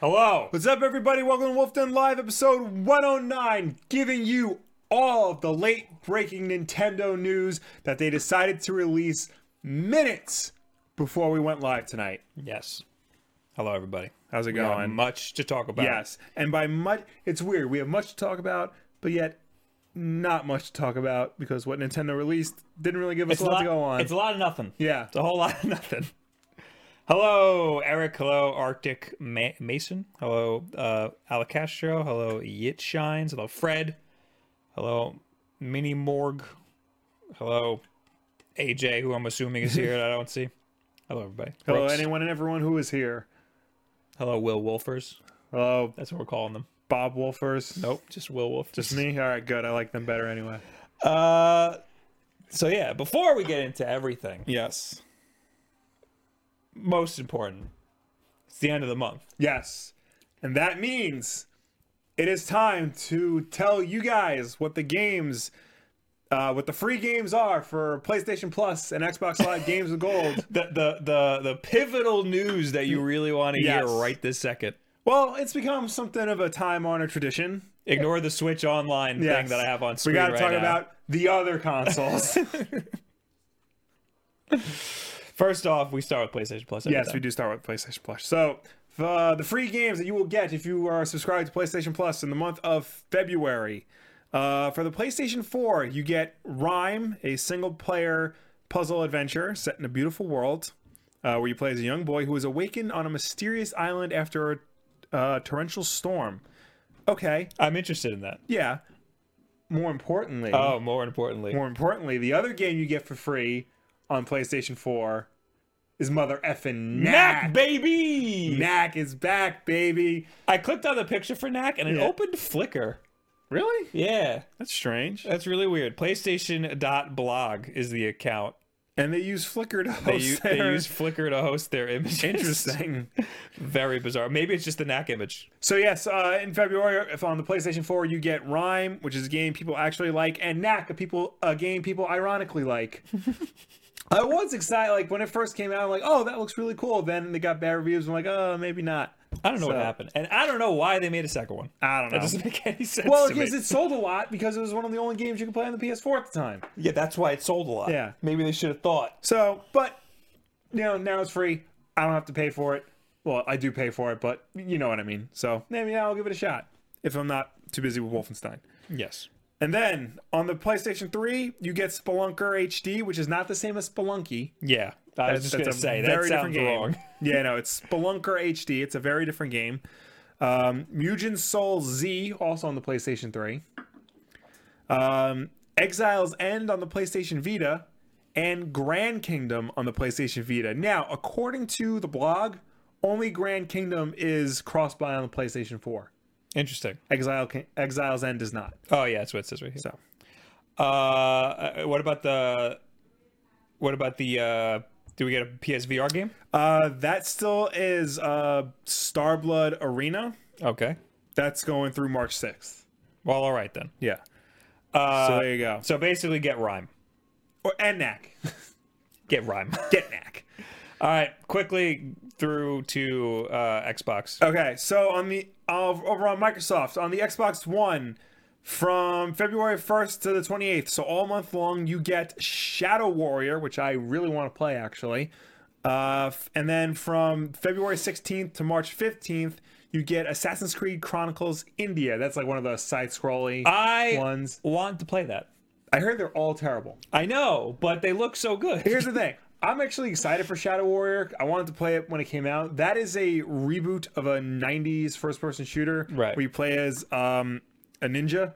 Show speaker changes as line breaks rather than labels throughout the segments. Hello. What's up, everybody? Welcome to Wolf Den Live, episode 109, giving you all of the late breaking Nintendo news that they decided to release minutes before we went live tonight.
Yes. Hello, everybody.
How's it
We have
going?
much to talk about.
Yes. And by much, it's weird. We have much to talk about, but yet not much to talk about because what Nintendo released didn't really give us
It's
a
a,
lot
lot,
to go on.
it's a lot of nothing.
yeah.
It's a whole lot of nothing. Hello, Eric. Hello, Arctic Ma- Mason. Hello, uh, Alacastro. Hello, Yit Shines. Hello, Fred. Hello, Mini Morg. Hello, AJ, who I'm assuming is here and I don't see. Hello, everybody.
Hello,
Brooks.
anyone and everyone who is here.
Hello, Will Wolfers.
Hello,
That's what we're calling them.
Bob Wolfers.
Nope, just Will Wolfers.
Just me? All right, good. I like them better anyway.
Uh, so yeah, before we get into everything,
Yes.
most important, it's the end of the month.
Yes. And that means it is time to tell you guys what the games, uh, what the free games are for PlayStation Plus and Xbox Live Games with Gold.
The the the, the pivotal news that you really want to
Yes.
hear right this second.
Well, it's become something of a time honored tradition.
Ignore the Switch Online
Yes.
thing that I have on
We
screen.
got to
right
talk
now.
about the other consoles.
First off, we start with PlayStation Plus.
yes, we do start with PlayStation Plus. So, uh, the free games that you will get if you are subscribed to PlayStation Plus in the month of February. Uh, for the PlayStation 4, you get Rhyme, a single player puzzle adventure set in a beautiful world uh, where you play as a young boy who is awakened on a mysterious island after a uh, torrential storm. Okay,
I'm interested in that.
yeah. More importantly,
Oh, more importantly,
more importantly, the other game you get for free on PlayStation 4 is Mother effing
Knack
Knack.
baby.
Knack is back, baby.
I clicked on the picture for Knack and it
Yeah.
opened Flickr.
Really?
Yeah,
That's strange.
that's really weird. PlayStation.blog is the account.
And they use Flickr to host
They, u- they
their-
use Flickr to host their images.
Interesting.
Very bizarre. Maybe it's just the knack image.
so yes, uh, in February, if on the PlayStation 4, you get Rhyme, which is a game people actually like, and Knack, a people a game people ironically like. I was excited, like when it first came out, I'm like, oh, that looks really cool. Then they got bad reviews, I'm like, oh, maybe not.
I don't know
So-
what happened, and I don't know why they made a second one.
I don't
That
know.
doesn't make any sense.
Well,
to
because
me.
it sold a lot because it was one of the only games you could play on the PS4 at the time.
yeah, that's why it sold a lot.
Yeah.
maybe they should have thought.
So, but you know, now it's free. I don't have to pay for it. Well, I do pay for it, but you know what I mean. So maybe I'll give it a shot if I'm not too busy with Wolfenstein.
Yes,
And then on the PlayStation 3, you get Spelunker HD, which is not the same as Spelunky.
yeah. I was just gonna
a
say that
very
sounds
different game.
wrong.
yeah, no, it's Spelunker HD. It's a very different game. Um, Mugen Soul Z also on the PlayStation 3. Um, Exiles End on the PlayStation Vita, and Grand Kingdom on the PlayStation Vita. Now, according to the blog, only Grand Kingdom is cross-buy on the PlayStation 4.
Interesting.
Exile Exiles End is not.
Oh yeah, that's what it says right here.
So.
uh, uh, what about the, what about the? uh Do we get a PSVR game?
Uh, that still is uh, Starblood Arena.
Okay.
That's going through March 6th.
Well, all right then.
Yeah.
Uh,
So there you go.
so basically, get rhyme.
Or and knack.
Get rhyme.
Get knack.
all right, quickly through to uh Xbox.
Okay, so on the of over on Microsoft on the Xbox One from February 1st to the 28th, so all month long, you get Shadow Warrior, which I really want to play actually. Uh, f- and then from February 16th to March 15th, you get Assassin's Creed Chronicles India. That's like one of those side scrolling
I
ones.
want to play that.
I heard they're all terrible.
I know, but they look so good.
Here's the thing. I'm actually excited for Shadow Warrior. I wanted to play it when it came out. That is a reboot of a 90s first person shooter
Right.
where you play as um, a ninja.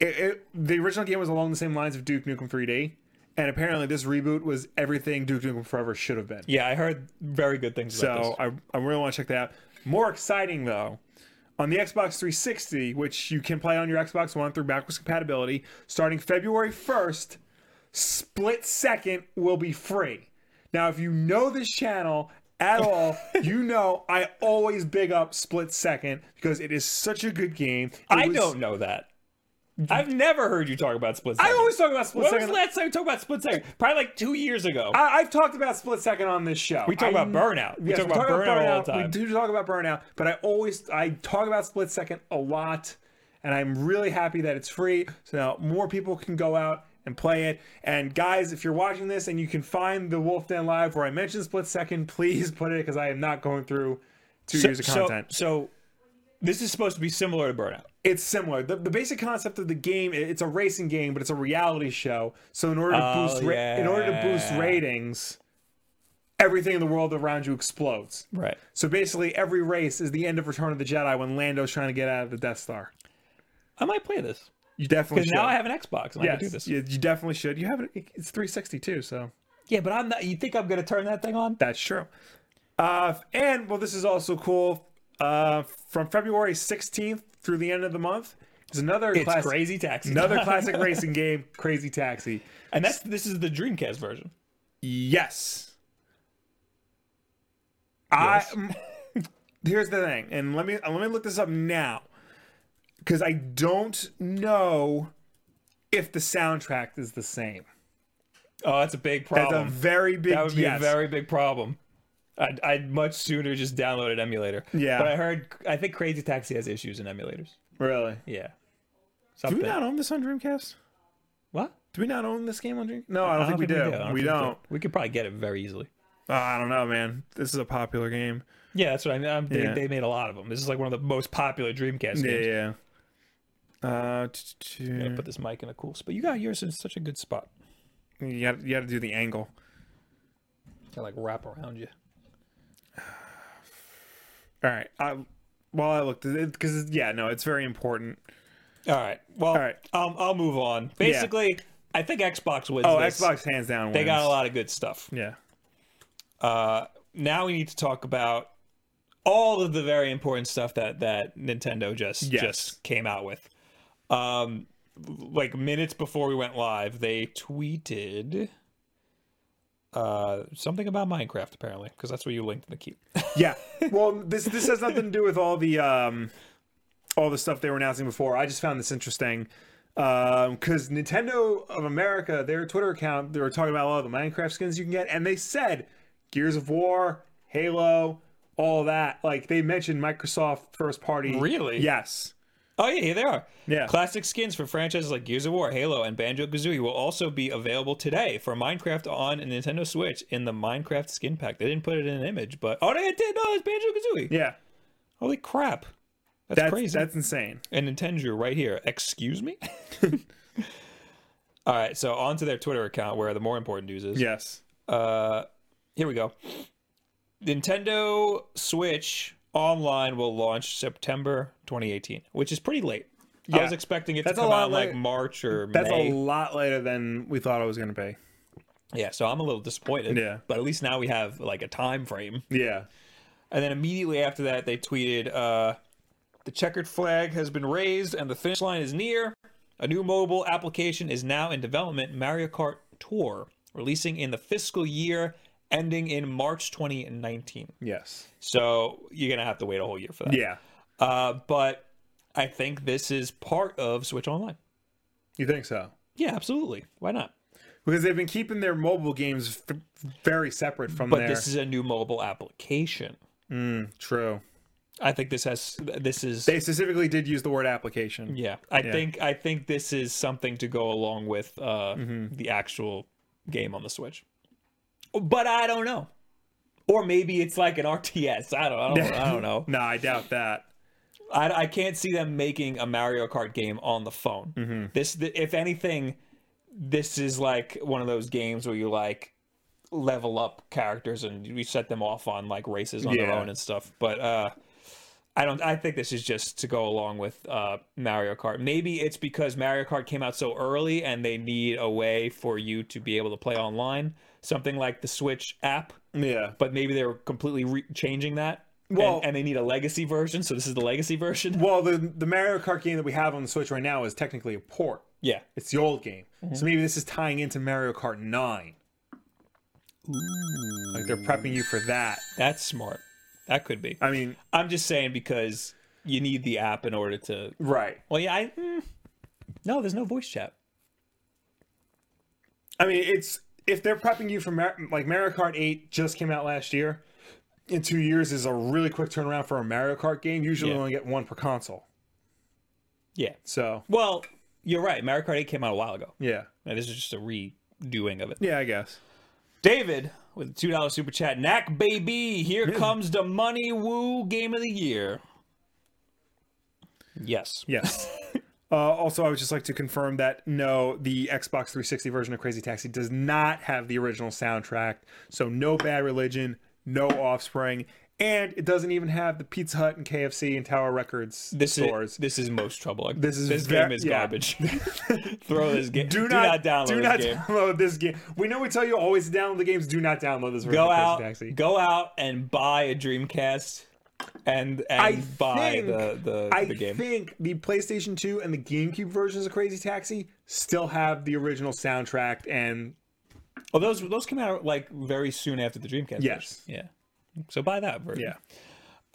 It, it, the original game was along the same lines of Duke Nukem 3D, and apparently this reboot was everything Duke Nukem Forever should have been.
Yeah, I heard very good things about
So I, I really want to check that out. More exciting though, on the Xbox 360, which you can play on your Xbox One through backwards compatibility, starting February 1st, Split Second will be free. Now, if you know this channel at all, you know I always big up Split Second because it is such a good game. It
this. I
was-
don't know that. I've never heard you talk about split
I
second.
always talk about split
when was
second.
the last time you talked about split second? Probably like two years ago.
I, I've talked about split second on this show.
we talk
I-
about burnout. We
Yes,
talk about burnout, all the
We
time.
do talk about burnout, but I always I talk about split second a lot, and I'm really happy that it's free, so now more people can go out and play it. And guys, if you're watching this and you can find the Wolf Den Live where I mentioned split second, please put it because I am not going through two years of content.
So, so this is supposed to be similar to burnout.
it's similar. The, the basic concept of the game i- it's a racing game, but it's a reality show. So in order to
Oh,
boost ra- in order to boost
yeah.
ratings, everything in the world around you explodes.
Right.
So basically, every race is the end of Return of the Jedi when Lando's trying to get out of the Death Star.
I might play this
You definitely
because
should.
now I have an Xbox and I
yes,
can do this.
You, you definitely should. You have it. It's 360 too, so
Yeah, but I'm not. You think I'm gonna turn that thing on?
that's true. Uh, and well, this is also cool. Uh, from February 16th through the end of the month is another
It's
classic,
crazy taxi.
another
time.
classic racing game, Crazy Taxi.
and that's this is the Dreamcast version.
Yes.
Yes.
I m- here's the thing, and let me let me look this up now, because I don't know if the soundtrack is the same.
Oh, that's a big
That's a
problem.
very big
that would be
yes.
a very big problem. I'd, I'd much sooner just download an emulator.
Yeah.
But I heard, I think Crazy Taxi has issues in emulators.
really.
Yeah.
Do
Something.
we not own this on Dreamcast?
what?
Do we not own this game on Dreamcast? No, I don't, think, we do.
I
We
think
don't.
We could probably get it very easily.
Uh, I don't know, man. This is a popular game.
Yeah, that's what I mean. Um, they,
Yeah.
they made a lot of them. This is like one of the most popular Dreamcast games.
Yeah, yeah. Uh, t- t-
I'm gonna put this mic in a cool spot. You got yours in such a good spot.
you got you got to do the angle.
Kind of like wrap around you.
All right. I, while I looked, because yeah, no, it's very important.
All right. Well,
right.
Um, I'll move on. Basically, I think Xbox wins.
Oh,
this.
Xbox hands down.
They got a lot of good stuff.
Yeah.
Uh, now we need to talk about all of the very important stuff that that Nintendo just
Yes.
just came out with. Um, like minutes before we went live, they tweeted uh something about Minecraft apparently because that's where you linked in the key.
Yeah. Well, this this has nothing to do with all the um, all the stuff they were announcing before. I just found this interesting because Nintendo of America, their Twitter account, they were talking about all the Minecraft skins you can get, and they said Gears of War, Halo, all that. Like they mentioned Microsoft first party.
Really?
Yes.
Oh yeah, here they are.
Yeah.
Classic skins for franchises like Gears of War, Halo, and Banjo Kazooie will also be available today for Minecraft on a Nintendo Switch in the Minecraft skin pack. They didn't put it in an image, but oh, they did. No, it's Banjo Kazooie.
yeah.
Holy crap! That's,
That's
crazy.
That's insane.
And Nintendo right here. Excuse me. All right, so on to their Twitter account where the more important news is.
Yes.
Uh, here we go. Nintendo Switch Online will launch September 2018, which is pretty late. I
Yeah.
was expecting it
That's
to
a
come
lot
out in like
late.
March or
That's
May.
a lot later than we thought it was going to be.
Yeah, so I'm a little disappointed.
Yeah.
But at least now we have like a time frame.
Yeah.
And then immediately after that, they tweeted, uh, "The checkered flag has been raised, and the finish line is near. A new mobile application is now in development, Mario Kart Tour, releasing in the fiscal year ending in March 2019.
Yes.
So you're gonna have to wait a whole year for that.
Yeah.
Uh, but I think this is part of Switch Online.
You think so?
Yeah, absolutely. Why not?
Because they've been keeping their mobile games f- very separate from
But
their
this is a new mobile application.
true.
I think this has this is
They specifically did use the word application.
Yeah, I think I think this is something to go along with uh, the actual game on the Switch. But I don't know. Or maybe it's like an RTS. I don't. I don't, I don't know.
No, I doubt that.
I, I can't see them making a Mario Kart game on the phone.
Mm-hmm.
This, if anything, this is like one of those games where you like level up characters and you set them off on like races on their
Yeah.
own and stuff. But uh, I don't. I think this is just to go along with uh, Mario Kart. Maybe it's because Mario Kart came out so early and they need a way for you to be able to play online. Something like the Switch app
Yeah.
but maybe they were completely re- changing that.
Well-
and, and they need a legacy version, so this is the legacy version.
Well, the the Mario Kart game that we have on the Switch right now is technically a port.
yeah,
It's the old game.
Mm-hmm.
So maybe this is tying into Mario Kart 9. Like they're prepping you for that.
that's smart. That could be.
I mean,
I'm just saying because you need the app in order to.
right.
Well, yeah, I, mm, No, there's no voice chat.
I mean, it's if they're prepping you for Mar- like Mario Kart 8 just came out last year. In two years is a really quick turnaround for a Mario Kart game. Usually,
Yeah.
we only get one per console.
Yeah.
So
Well, you're right. Mario Kart 8 came out a while ago.
yeah,
And this is just a redoing of it.
yeah, I guess.
David with a two dollar super chat. Knack baby, here comes the money woo game of the year. Yes.
Yes. uh, also, I would just like to confirm that no, the Xbox 360 version of Crazy Taxi does not have the original soundtrack. So, no Bad Religion, no Offspring, and it doesn't even have the Pizza Hut and KFC and Tower Records
This
stores.
is this is most troubling.
This is
this
ve-
game is
yeah.
garbage. Throw this game.
do not,
download
do
this
not
game.
download this game. We know we tell you always to download the games. Do not download this version
Go
of Crazy
out,
Taxi.
go out and buy a Dreamcast, and and
I
buy
think-
the the,
I
the game.
think the PlayStation 2 and the GameCube versions of Crazy Taxi still have the original soundtrack and
Well, those those came out like very soon after the Dreamcast.
Yes.
version. Yeah. So buy that version.
yeah,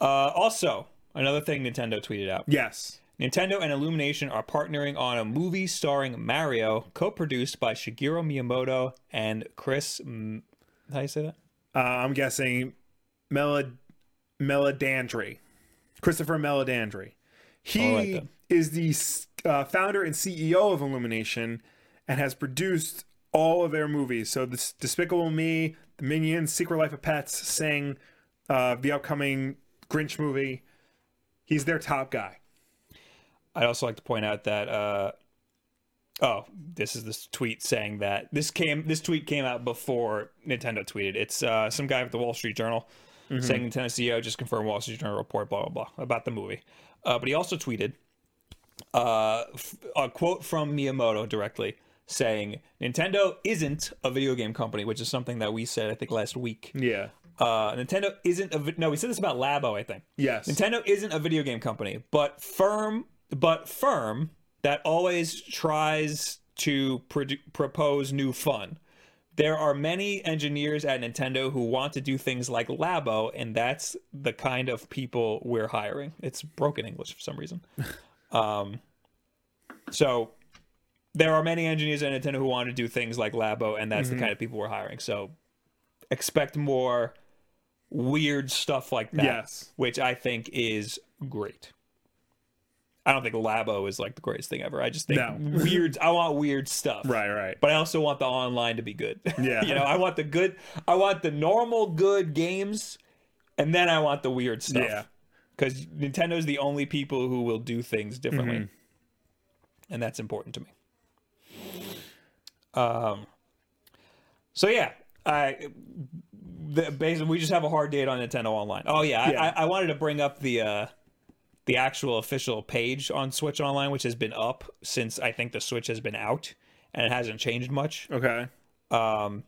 Uh, also, another thing Nintendo tweeted out.
yes,
Nintendo and Illumination are partnering on a movie starring Mario, co-produced by Shigeru Miyamoto and Chris. M- How do you say that?
Uh, I'm guessing Melod- Melodandry, Christopher Melodandry. He
All right, then.
is the s- uh, founder and CEO of Illumination and has produced all of their movies. So, this Despicable Me, The Minions, Secret Life of Pets, Sing, uh, the upcoming Grinch movie. He's their top guy.
I'd also like to point out that. Uh, oh, this is this tweet saying that this came. This tweet came out before Nintendo tweeted. It's uh, some guy with the Wall Street Journal saying Nintendo CEO just confirmed Wall Street Journal report. Blah blah blah about the movie. Uh, but he also tweeted. uh, f- a quote from Miyamoto directly saying, "Nintendo isn't a video game company," which is something that we said I think last week.
Yeah.
Uh, Nintendo isn't a vi- no. We said this about Labo, I think.
Yes.
Nintendo isn't a video game company, but firm, but firm that always tries to produ- propose new fun. There are many engineers at Nintendo who want to do things like Labo, and that's the kind of people we're hiring. It's broken English for some reason. um, so there are many engineers at Nintendo who want to do things like Labo, and
Mm-hmm.
that's the kind of people we're hiring. So expect more weird stuff like that
Yes.
which I think is great. I don't think Labo is like the greatest thing ever. I just think
No.
weird. I want weird stuff.
Right, right.
But I also want the online to be good.
Yeah.
you know, I want the good. I want the normal good games, and then I want the weird stuff.
Yeah.
Because Nintendo's the only people who will do things differently, and that's important to me. Um. So yeah, I the, basically we just have a hard date on Nintendo Online. Oh yeah,
Yeah.
I, I wanted to bring up the uh, the actual official page on Switch Online, which has been up since I think the Switch has been out, and it hasn't changed much.
Okay.
Um,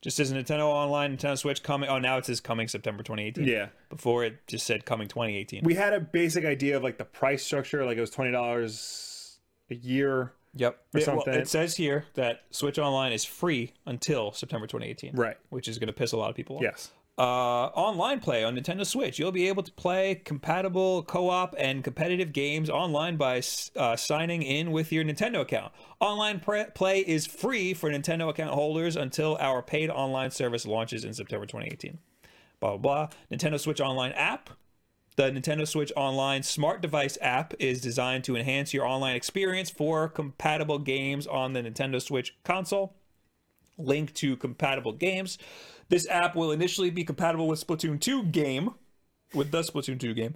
just says Nintendo Online, Nintendo Switch coming. Oh, now it says coming September 2018.
Yeah.
Before it just said coming 2018.
We had a basic idea of like the price structure, like it was twenty dollars a year.
yep. It, well,
something.
it says here that Switch Online is free until September 2018.
Right.
Which is going to piss a lot of people off.
Yes.
uh, online play on Nintendo Switch. You'll be able to play compatible co-op and competitive games online by s- uh, signing in with your Nintendo account. Online pre- play is free for Nintendo account holders until our paid online service launches in September 2018. Blah blah blah. Nintendo Switch Online app. The Nintendo Switch Online smart device app is designed to enhance your online experience for compatible games on the Nintendo Switch console link to compatible games. This app will initially be compatible with Splatoon 2 game, with the Splatoon 2 game.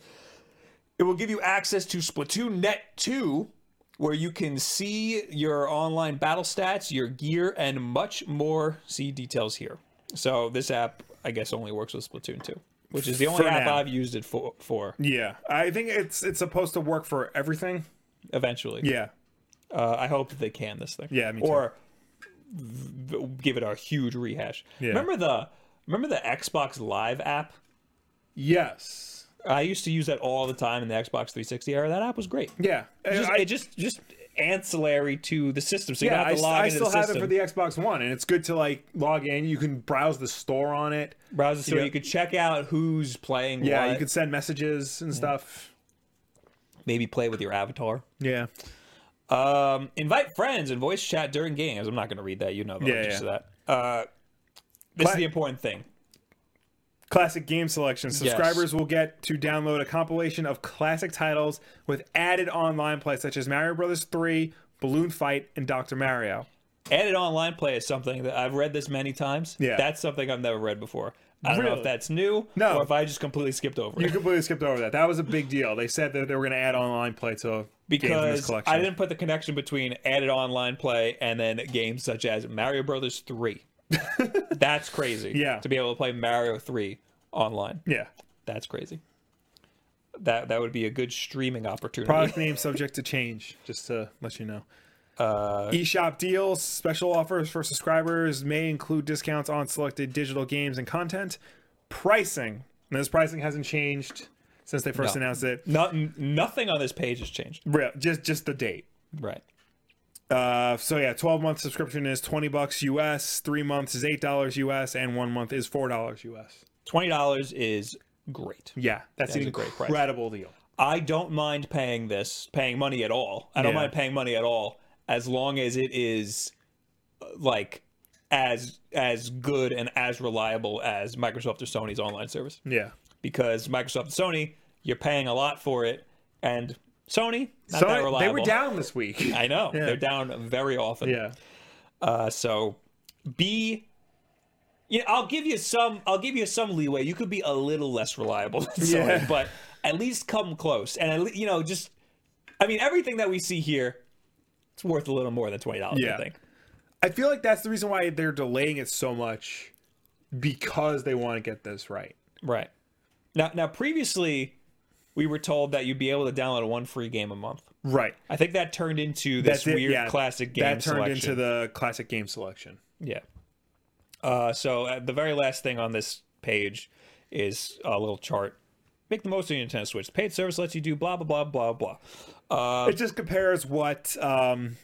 It will give you access to Splatoon Net 2, where you can see your online battle stats, your gear, and much more. See details here. So this app, I guess, only works with Splatoon 2, which is the only
For
app
now.
I've used it for. For
Yeah, I think it's it's supposed to work for everything.
eventually,
Yeah,
uh, I hope that they can this thing.
Yeah, me too.
or v- v- give it a huge rehash. Remember the remember the Xbox Live app?
yes,
I used to use that all the time in the Xbox 360 era. That app was great.
yeah.
Just,
I,
it just just ancillary to the system, so you
yeah,
don't
I,
have to log
I
into
still
the
have
system.
it for the Xbox One, and it's good to like log in. You can browse the store on it.
browser, so
Yeah.
you could check out who's playing.
Yeah,
what, Hmm.
you could send messages and stuff.
maybe play with your avatar.
Yeah,
Um, invite friends and voice chat during games. I'm not going to read that. You know the
Yeah,
logics of that. Uh, this is
Cla-
the important thing.
Classic game selection. Subscribers will get to download a compilation of classic titles with added online play, such as Mario Brothers 3, Balloon Fight, and Dr. Mario.
Added online play is something that I've read this many times.
Yeah.
That's something I've never read before. I don't know
Really?
if that's new
No.
or if I just completely skipped over
You
it.
completely skipped over that. That was a big deal. They said that they were going to add online play to games in this
Because
collection.
I didn't put the connection between added online play and then games such as Mario Brothers 3. that's crazy.
Yeah.
To be able to play Mario 3 online.
Yeah.
That's crazy. That that would be a good streaming opportunity.
Product name subject to change, just to let you know. Uh, eShop deals, special offers for subscribers may include discounts on selected digital games and content. Pricing. And this pricing hasn't changed since they first
No.
announced it.
Not, nothing on this page has changed.
Real, just just the date.
Right.
Uh, so yeah, twelve month subscription is twenty bucks US. Three months is eight dollars US, and one month is four dollars US.
Twenty dollars is great.
Yeah, that's
That's
an
a great price.
incredible deal.
I don't mind paying this, paying money at all. I don't
Yeah.
mind paying money at all as long as it is uh, like as as good and as reliable as Microsoft or Sony's online service.
Yeah,
Because Microsoft and Sony, you're paying a lot for it, and Sony not that
so
reliable.
they were down this week.
I know they're down very often.
yeah,
Uh, so be you know, I'll give you some I'll give you some leeway. You could be a little less reliable than Sony,
Yeah.
but at least come close. And at le- you know, just I mean everything that we see here, it's worth a little more than twenty dollars,
Yeah.
I think.
I feel like that's the reason why they're delaying it so much because they want to get this right.
Right. Now now previously we were told that you'd be able to download one free game a month.
Right.
I think that turned into this
it,
weird
yeah.
classic game
That turned
selection.
into the classic game selection.
Yeah. Uh, so uh, the very last thing on this page is a little chart. Make the most of your Nintendo Switch. The paid service lets you do blah blah blah blah blah. Uh,
It just compares what um,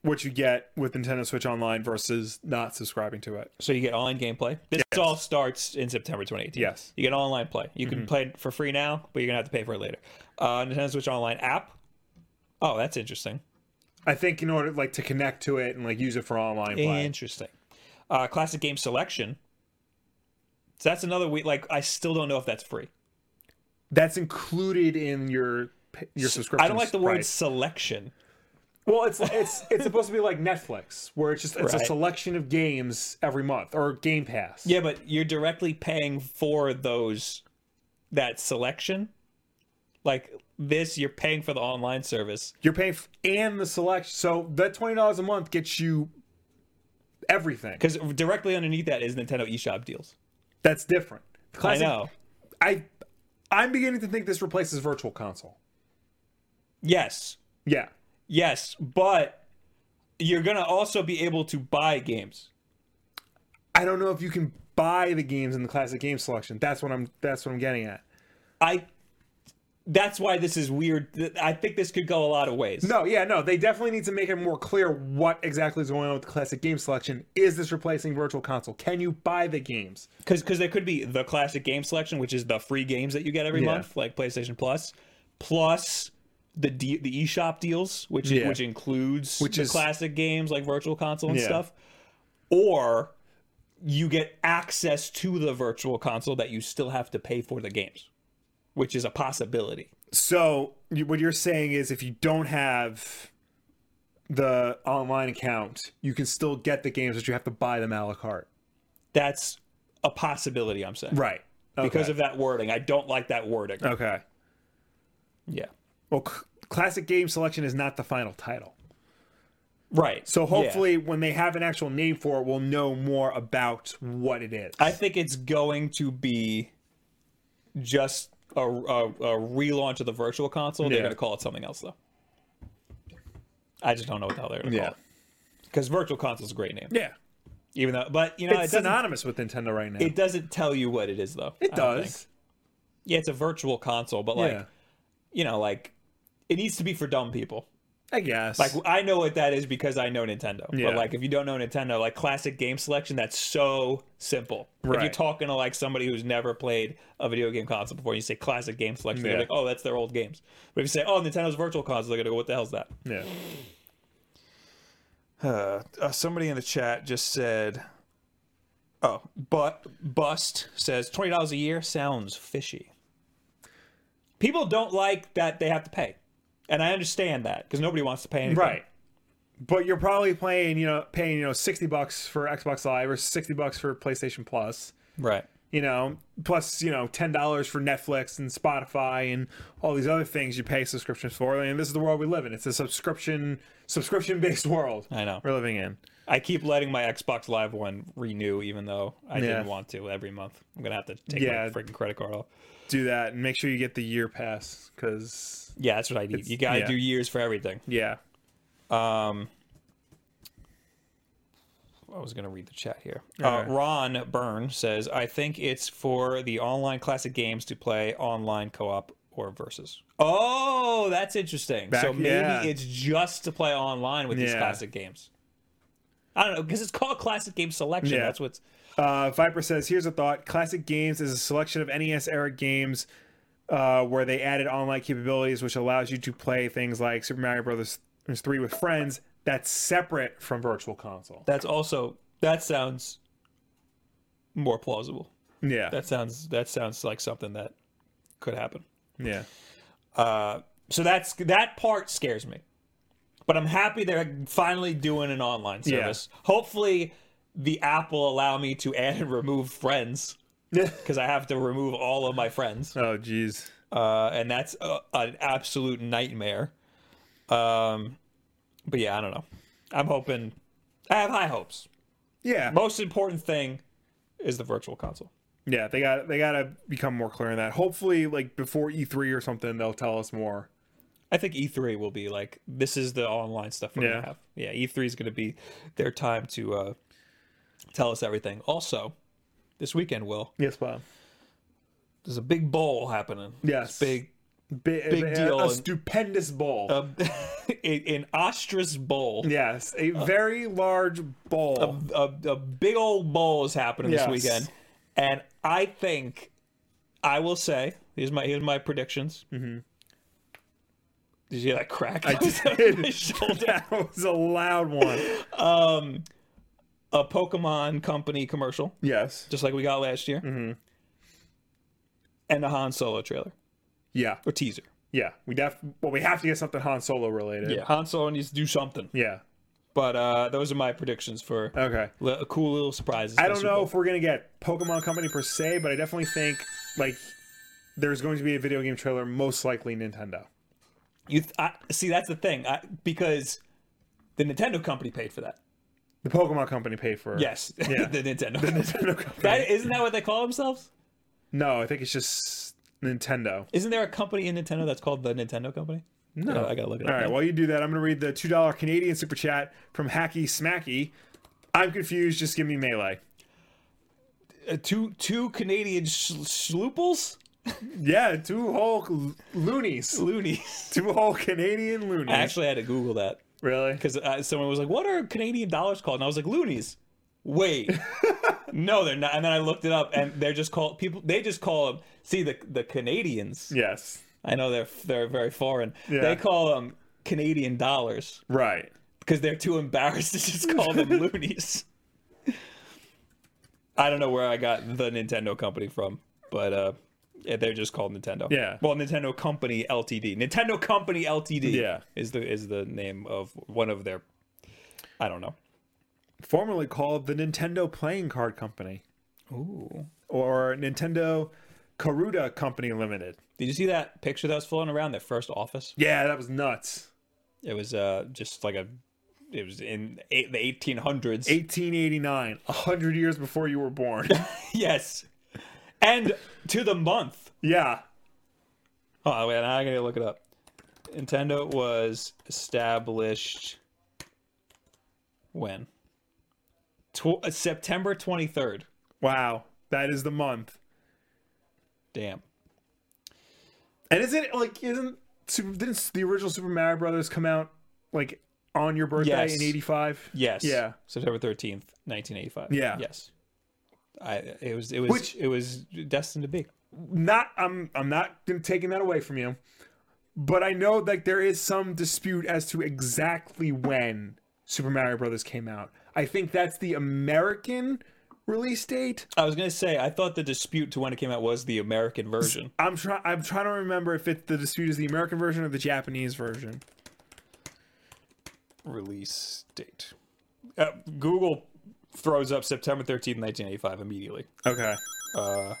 what you get with Nintendo Switch Online versus not subscribing to it.
so you get online gameplay. This all starts in September 2018.
Yes. Mm-hmm.
You get online play. You can play it for free now, but you're gonna have to pay for it later. Uh, Nintendo Switch Online app. Oh, that's interesting.
I think in order like to connect to it and like use it for online play.
Interesting. Uh, classic game selection. So that's another we Like I still don't know if that's free.
That's included in your pa- your subscription.
I don't like the word
price.
selection.
Well, it's it's it's supposed to be like Netflix, where it's just it's a
Right.
selection of games every month or Game Pass.
Yeah, but you're directly paying for those that selection. Like this, you're paying for the online service.
you're paying f- and the selection. So that twenty dollars a month gets you everything.
Because directly underneath that is Nintendo eShop deals.
That's different. Classic-
I know.
I I'm beginning to think this replaces Virtual Console.
Yes.
Yeah.
Yes. But you're gonna also be able to buy games.
I don't know if you can buy the games in the classic game selection. That's what I'm that's what I'm getting at.
I that's why this is weird. Th- I think this could go a lot of ways.
No, yeah, no. They definitely need to make it more clear what exactly is going on with the classic game selection. Is this replacing Virtual Console? Can you buy the games?
because because there could be the classic game selection, which is the free games that you get every
Yeah.
month, like PlayStation Plus, plus the D, the eShop deals, which
Yeah.
which includes the
is-
classic games like Virtual Console and
Yeah.
stuff, or you get access to the Virtual Console that you still have to pay for the games, which is a possibility.
So you, what you're saying is, if you don't have the online account, you can still get the games, but you have to buy them a la carte.
That's a possibility. I'm saying
Right. Okay. Uh,
because of that wording. I don't like that wording.
okay.
yeah.
Well, c- classic game selection is not the final title.
Right.
So
Yeah.
hopefully, when they have an actual name for it, we'll know more about what it is.
I think it's going to be just a, a, a relaunch of the virtual console. They're
Yeah.
going to call it something else, though. I just don't know what the hell they're going to
Yeah.
call it. Because virtual console is a great name,
yeah.
even though. But you know,
It's
it doesn't.
synonymous with Nintendo right now.
It doesn't tell you what it is, though.
it
I don't think.
does.
Yeah, it's a virtual console, but like
Yeah.
you know, like it needs to be for dumb people.
I guess.
Like I know what that is because I know Nintendo.
Yeah.
But like if you don't know Nintendo, like classic game selection, that's so simple. If you're
Right.
talking to like somebody who's never played a video game console before, you say classic game selection,
Yeah.
they're like, oh, that's their old games. But if you say, oh, Nintendo's virtual console, they're gonna go, what the hell's that?
yeah.
Uh, uh, somebody in the chat just said, oh, but Bust says twenty dollars a year sounds fishy. People don't like that they have to pay, and I understand that because nobody wants to pay anything.
Right. But you're probably playing, you know, paying, you know, 60 bucks for Xbox Live or 60 bucks for PlayStation Plus,
Right.
you know, plus, you know, $10 for Netflix and Spotify and all these other things you pay subscriptions for. And this is the world we live in. It's a subscription subscription based world
I know.
we're living in.
I keep letting my Xbox Live one renew, even though I
Yeah.
didn't want to every month. I'm gonna have to take
Yeah.
my freaking credit card off.
Do that and make sure you get the year pass cuz
Yeah, that's what I need. you gotta
yeah.
do years for everything.
yeah.
Um, I was gonna read the chat here. Uh,
Alright.
Ron Byrne says, "I think it's for the online classic games to play online co-op or versus." Oh, that's interesting. so
Back-
maybe
yeah.
it's just to play online with these
Yeah.
classic games. I don't know because it's called classic game selection.
Yeah.
That's what's
Uh, Viper says, "Here's a thought: Classic games is a selection of NES era games uh, where they added online capabilities, which allows you to play things like Super Mario Brothers 3 with friends. That's separate from Virtual Console.
That's also that sounds more plausible.
Yeah,
That sounds that sounds like something that could happen.
yeah,
Uh, so that's that part scares me, but I'm happy they're finally doing an online
Yeah.
service. Hopefully, the app will allow me to add and remove friends because I have to remove all of my friends,
oh, jeez.
uh, and that's a, an absolute nightmare. Um, but yeah, I don't know. I'm hoping. I have high hopes.
Yeah,
Most important thing is the virtual console.
yeah. They got they got to become more clear on that. Hopefully, like before E3 or something, they'll tell us more.
I think E3 will be like this is the online stuff we're
Yeah.
gonna have. Yeah, E3 is gonna be their time to uh, tell us everything. Also, this weekend, Will,
Yes, Bob.
there's a big bowl happening.
Yes.
It's big
Big,
Big
a,
deal
A,
and-
stupendous bowl.
um, an ostrich bowl.
yes, a very large bowl.
uh, a, a big old bowl is happening
Yes.
this weekend, and I think I will say here's my here's my predictions. Mm-hmm. Did you hear that crack? I
did.
my shoulder.
that was a loud one.
A Pokemon company commercial,
Yes.
just like we got last year, mm-hmm. and a Han Solo trailer
Yeah.
or teaser.
Yeah, we def well we have to get something Han Solo related.
Yeah, Han Solo needs to do something.
Yeah.
But uh, those are my predictions for
Okay.
li- cool little surprises.
I don't know if we're gonna get Pokemon Company per se, but I definitely think like there's going to be a video game trailer, most likely Nintendo.
you th- I, see. That's the thing I, because the Nintendo company paid for that.
The Pokemon Company paid for it.
Yes,
Yeah.
the Nintendo.
Nintendo company.
that isn't that what they call themselves?
No, I think it's just Nintendo.
Isn't there a company in Nintendo that's called the Nintendo Company? No, I gotta look it
All
up.
right,
now.
while you do that, I'm gonna read the two dollar Canadian super chat from Hacky Smacky. I'm confused. Just give me melee.
Uh, two two Canadian sh- schlooples,
Yeah, two whole l- loonies,
loonies.
two whole Canadian loonies.
I actually had to Google that
really?
because uh, someone was like, "What are Canadian dollars called?" And I was like, "Loonies." Wait, no, they're not. And then I looked it up, and they're just called people. They just call them. See the the Canadians.
Yes.
I know they're they're very foreign.
Yeah.
They call them Canadian dollars.
Right.
because they're too embarrassed to just call them loonies. I don't know where I got the Nintendo company from, but uh, yeah, they're just called Nintendo.
Yeah.
Well, Nintendo Company Ltd. Nintendo Company Ltd.
Yeah.
Is the is the name of one of their. I don't know.
formerly called the Nintendo Playing Card Company
Ooh.
or Nintendo Karuta Company Limited.
Did you see that picture that was floating around their first office?
Yeah, that was nuts.
It was uh just like a. It was in eight, the 1800s.
1889, 100 years before you were born.
Yes. And to the month.
yeah.
Oh wait, now I gotta look it up. Nintendo was established when? Tw- uh, September twenty third.
Wow. That is the month.
Damn.
And isn't it like isn't Super, didn't the original Super Mario Brothers come out like on your birthday
Yes.
in 85?
Yes.
Yeah.
September thirteenth, nineteen eighty-five.
Yeah.
Yes. I. It was. It was.
Which-
it was destined to be.
Not I'm I'm not gonna- taking that away from you. But I know that there is some dispute as to exactly when Super Mario Brothers came out. I think that's the American release date.
I was gonna say. I thought the dispute to when it came out was the American version.
I'm trying. I'm trying to remember if it, the dispute is the American version or the Japanese version.
Release date. Uh, Google throws up September thirteenth, nineteen eighty-five, immediately.
Okay.
Uh, oh,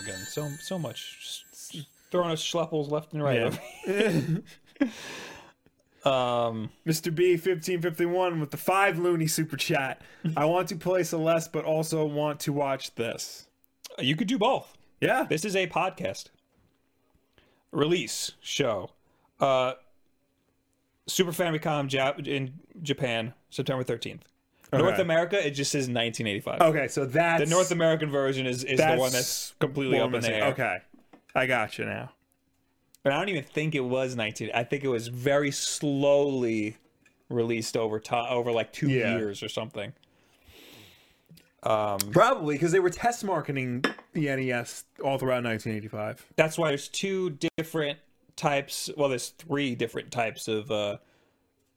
again, so so much s- s- throwing us schleppels left and right. Um,
Mr. B fifteen fifty one with the five loony super chat. I want to play Celeste, but also want to watch this.
you could do both.
Yeah.
This is a podcast. Release show. Uh Super Famicom Jap- in Japan, September 13th. North
Okay. Oh,
America, it just says 1985.
Okay, so that's
The North American version is, is the one that's completely
what
up
I'm
in the
missing.
air.
Okay, I got you now.
But I don't even think it was 19. I think it was very slowly released over to- over like two
Yeah.
years or something. Um,
Probably because they were test marketing the NES all throughout 1985.
that's why there's two different types well there's three different types of uh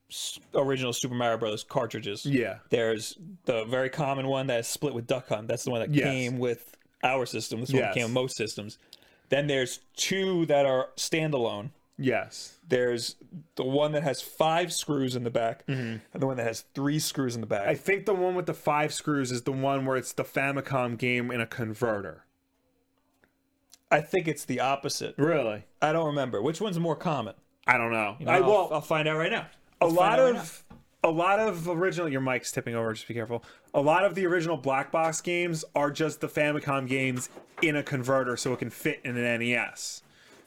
s- original super mario brothers cartridges
Yeah.
there's the very common one that's split with duck hunt that's the one that
Yes.
came with our system this one
Yes.
came with most systems then there's two that are standalone
Yes.
there's the one that has five screws in the back
Mm-hmm.
and the one that has three screws in the back
I think the one with the five screws is the one where it's the Famicom game in a converter.
i think it's the opposite
Really?
i don't remember which one's more common
I don't know.
I,
I
will
well,
I'll find out right now
a
Uh, I'll find
lot
out right
of a lot of original. Your mic's tipping over. Just be careful. A lot of the original black box games are just the Famicom games in a converter, so it can fit in an NES.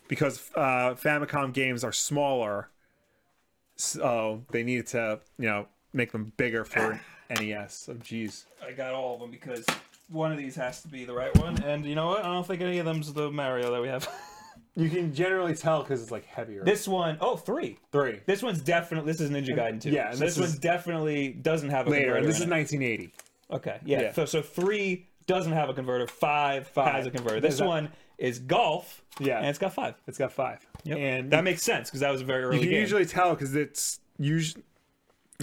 Because uh, Famicom games are smaller, so they needed to you know make them bigger for NES. Oh, jeez.
I got all of them because one of these has to be the right one. And you know what? I don't think any of them's the Mario that we have.
You can generally tell because it's like heavier.
this one, oh, three.
three
This one's definitely. This is Ninja Gaiden two.
yeah,
Yeah,
and
this,
this is-
one definitely doesn't have a
later,
Converter
and this is
in it.
1980.
okay. Yeah.
yeah.
So, so three doesn't have a converter. Five, has a converter. This
Is that-
one is golf.
Yeah.
And it's got five.
It's got five. And
that makes sense because that was a very early
You can
game.
usually tell because it's usually.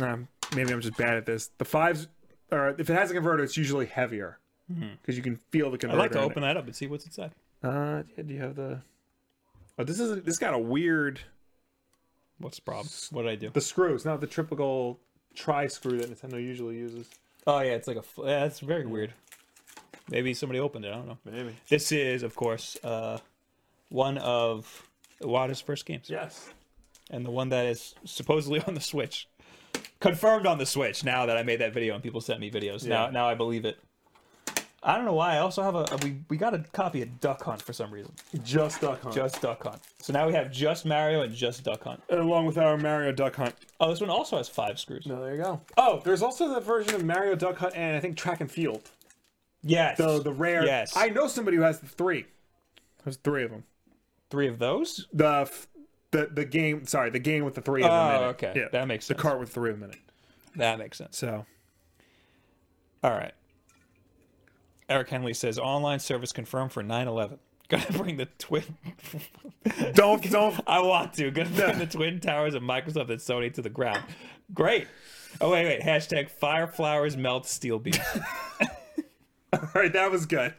Um, maybe I'm just bad at this. The fives, or if it has a converter, it's usually heavier because you can feel the
I'd
converter.
Hmm. like to
in
open that up and see what's inside.
It. Uh, yeah, do you have the? Oh, this is this got a weird.
What's the problem? What did I do?
The screw. It's not the typical tri screw that Nintendo usually uses.
Oh yeah, it's like a. fl- yeah, That's very weird. Maybe somebody opened it. I don't know.
Maybe.
This is, of course, uh, one of Iwata's first games,
Yes.
and the one that is supposedly on the Switch, confirmed on the Switch. Now that I made that video and people sent me videos, now
Yeah.
now I believe it. I don't know why. I also have a, we we got a copy of Duck Hunt for some reason.
Just Duck Hunt.
Just Duck Hunt. So now we have just Mario and just Duck Hunt.
Along with our Mario Duck Hunt.
Oh, this one also has five screws.
No, there you go. Oh, there's also the version of Mario Duck Hunt and I think Track and Field.
Yes.
The the rare.
Yes.
I know somebody who has the three. There's three of them.
Three of those.
the f- the the game sorry the game with the three of them in it.
Oh, okay. That makes
the
sense.
cart with three of them in it
That makes sense.
so
All right. Eric Henley says online service confirmed for 9/11. Gonna bring the twin.
don't don't
I want to. Gonna bring the twin towers of Microsoft and Sony to the ground. Great. Oh wait, wait. Hashtag fire flowers melt steel beams.
all right that was good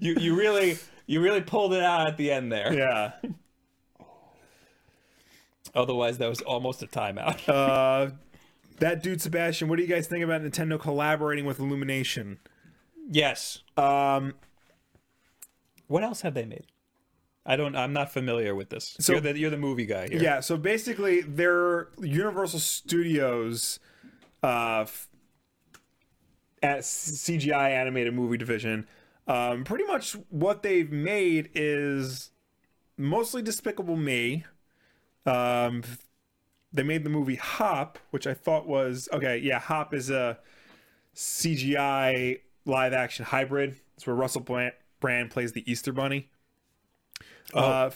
you you really you really pulled it out at the end there.
yeah
Otherwise, that was almost a timeout.
uh that dude sebastian what do you guys think about nintendo collaborating with illumination
yes.
um
What else have they made? I don't. I'm not familiar with this. So you're the, you're the movie guy here.
yeah so basically they're universal studios uh f- at cgi animated movie division um pretty much what they've made is mostly despicable me um they made the movie hop which i thought was okay yeah hop is a cgi live action hybrid it's where russell brand, brand plays the easter bunny uh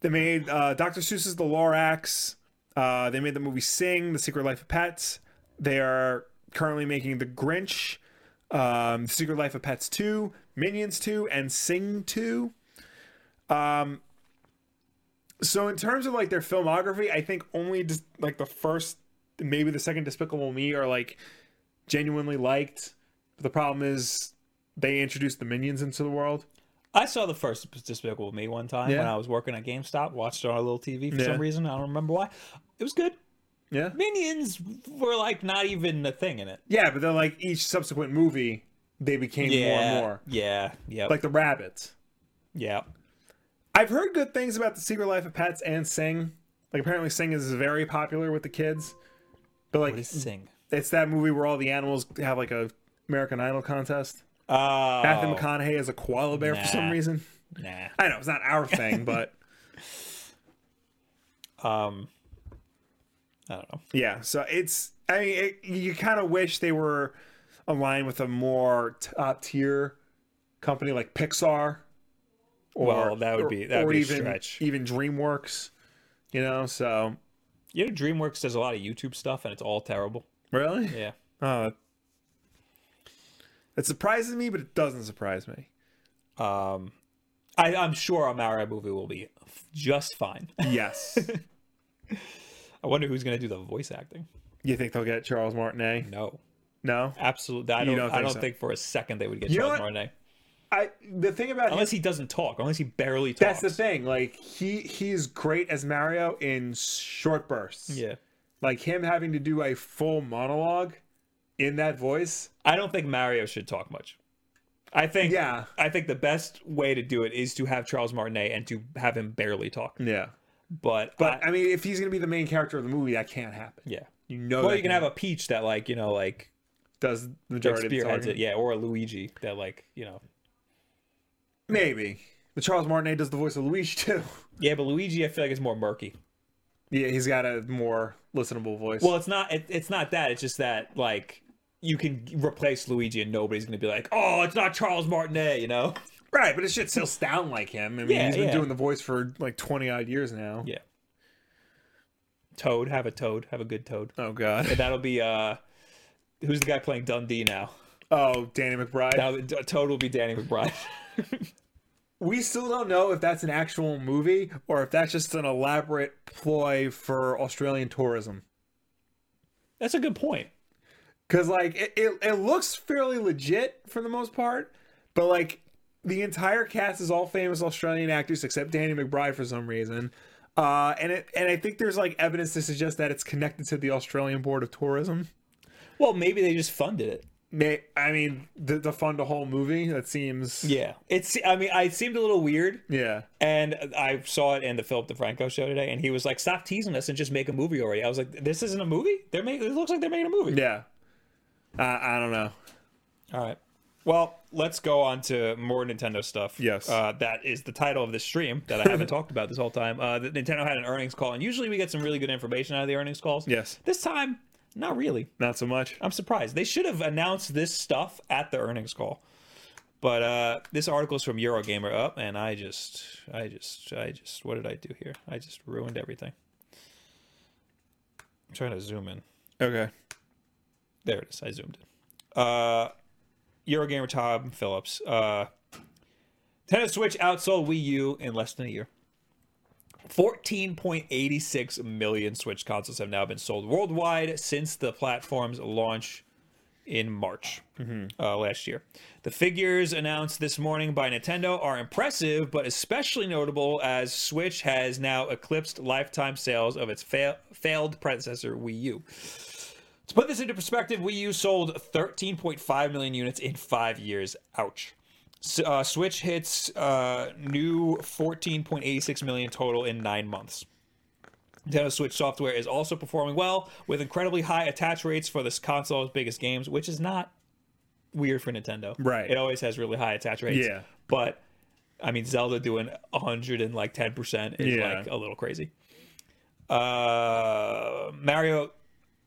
they made uh, Dr. Seuss's The Lorax, Uh, they made the movie Sing, The Secret Life of Pets. They are currently making The Grinch, um, The Secret Life of Pets 2, Minions 2, and Sing 2. Um, so in terms of like their filmography, I think only just like the first, maybe the second Despicable Me are like genuinely liked. But the problem is they introduced the minions into the world.
I saw the first Despicable Me one time when
Yeah.
I was working at GameStop. Watched it on a little TV for
Yeah.
some reason. I don't remember why. It was good.
Yeah.
Minions were like not even a thing in it.
Yeah, but then like each subsequent movie, they became
Yeah.
more and more.
Yeah. Yeah.
Like the rabbits.
yeah.
I've heard good things about the Secret Life of Pets and Sing. Like apparently Sing is very popular with the kids. But like
What is Sing?
it's that movie where all the animals have like a American Idol contest.
Oh,
Matthew McConaughey is a koala bear for some
Nah.
reason.
nah.
I know it's not our thing, but
Um, I don't know.
yeah. So it's I mean it, you kind of wish they were aligned with a more top tier company like Pixar. Or,
Well, that would be- that would
or
be a
even,
stretch.
Even DreamWorks, you know. So
You know, DreamWorks does a lot of YouTube stuff, and it's all terrible.
really,
Yeah.
Uh, it surprises me, but it doesn't surprise me.
Um, I, I'm sure a Mario movie will be just fine.
Yes.
I wonder who's going to do the voice acting.
you think they'll get Charles Martinet?
No,
No.
absolutely. I
You
don't.
don't
I
think
don't
so.
think for a second they would get
You know
Charles
what?
Martinet
I the thing about him,
unless he doesn't talk, unless he barely
that's
talks.
the thing. Like he he's great as Mario in short bursts.
yeah.
Like him having to do a full monologue in that voice.
I don't think Mario should talk much. I think.
Yeah.
I think the best way to do it is to have Charles Martinet and to have him barely talk.
Yeah.
But
But I, mean, if he's gonna be the main character of the movie, that can't happen.
yeah.
You know.
Well,
Oh, that
you can have a Peach that like you know like
does the
like
majority of the
spearheads
talking.
it, yeah, or a Luigi that like you know,
Maybe. But Charles Martinet does the voice of Luigi too.
yeah, but Luigi I feel like is more murky.
Yeah, he's got a more listenable voice.
Well, it's not it, it's not that. It's just that like you can replace Luigi and nobody's gonna be like, oh, it's not Charles Martinet, you know?
right, but it should still sound like him. I mean,
Yeah,
he's been
yeah.
doing the voice for like twenty odd years now.
Yeah. Toad, have a Toad, have a good Toad.
Oh god.
And that'll be uh, who's the guy playing Dundee now?
Oh, Danny McBride.
Now Toad will be Danny McBride.
we still don't know if that's an actual movie or if that's just an elaborate ploy for Australian tourism.
That's a good point.
Because like it, it, it looks fairly legit for the most part, but like the entire cast is all famous Australian actors except Danny McBride for some reason. Uh, and it, and I think there's like evidence to suggest that it's connected to the Australian Board of Tourism.
Well, maybe they just funded it.
May, I mean, the, the fund a whole movie that seems
Yeah, it's. I mean, I it seemed a little weird.
yeah.
And I saw it in the Philip DeFranco show today, and he was like, "Stop teasing us and just make a movie already." I was like, "This isn't a movie. They're making. It looks like they're making a movie."
Yeah. I I don't know.
All right. Well, let's go on to more Nintendo stuff.
Yes.
Uh, that is the title of this stream that I haven't talked about this whole time. Uh, that Nintendo had an earnings call, and usually we get some really good information out of the earnings calls.
Yes.
This time, not really.
Not so much.
I'm surprised. They should have announced this stuff at the earnings call. But uh, this article is from Eurogamer up, and I just, I just, I just, what did I do here? I just ruined everything. I'm trying to zoom in.
Okay.
There it is. I zoomed in. Uh, Eurogamer Tom Phillips. Uh, Nintendo Switch outsold Wii U in less than a year. 14.86 million Switch consoles have now been sold worldwide since the platform's launch in March uh, last year. The figures announced this morning by Nintendo are impressive, but especially notable as Switch has now eclipsed lifetime sales of its fail- failed predecessor, Wii U. To put this into perspective, Wii U sold 13.5 million units in five years. Ouch. S- uh, Switch hits uh, new 14.86 million total in nine months. Nintendo Switch software is also performing well with incredibly high attach rates for this console's biggest games, which is not weird for Nintendo.
Right.
It always has really high attach rates.
Yeah.
But I mean, Zelda doing 100 and like 10% is
Yeah.
like a little crazy. Uh, Mario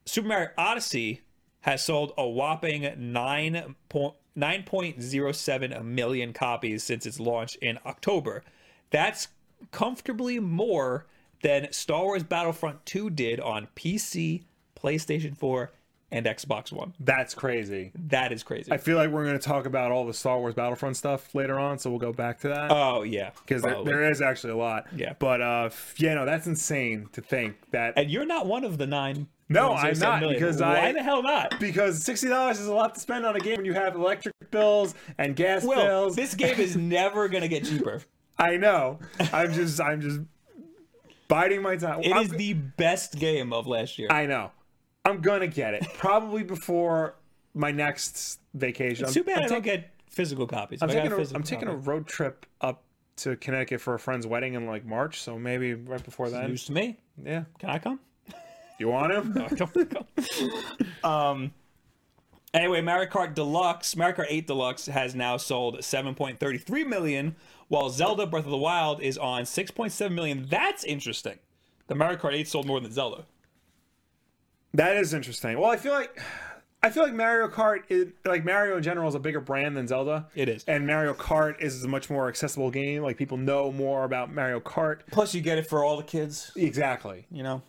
Super Mario Odyssey has sold a whopping 9 point, 9.07 million copies since its launch in October. That's comfortably more than Star Wars Battlefront 2 did on PC, PlayStation 4, and Xbox One.
That's crazy.
That is crazy.
I feel like we're going to talk about all the Star Wars Battlefront stuff later on, so we'll go back to that
oh yeah,
because there,
probably.
there is actually a lot.
Yeah.
But uh, f- yeah, no, that's insane to think that
and you're not one of the nine.
No,
ones who
I'm
said
not,
million.
because
why
I-
the hell not?
because sixty dollars is a lot to spend on a game when you have electric bills and gas
Well,
bills.
this game is never gonna get cheaper.
I know. I'm just I'm just biding my time.
It
I'm-
is the best game of last year.
I know. I'm gonna get it probably before my next vacation.
Too
I'm,
bad I'm I
I'm
do not get physical copies.
I'm taking, a, I'm taking a road trip up to Connecticut for a friend's wedding in like March, so maybe right before then.
news to me.
Yeah,
Can I come?
you want him?
Come, come. um. Anyway, Mario Kart Deluxe, Mario Kart 8 Deluxe has now sold 7.33 million, while Zelda Breath of the Wild is on 6.7 million. That's interesting. The Mario Kart 8 sold more than Zelda.
That is interesting. Well, I feel like I feel like Mario Kart, is, like Mario in general, is a bigger brand than Zelda.
It is.
and Mario Kart is a much more accessible game. Like people know more about Mario Kart.
Plus, you get it for all the kids.
Exactly.
you know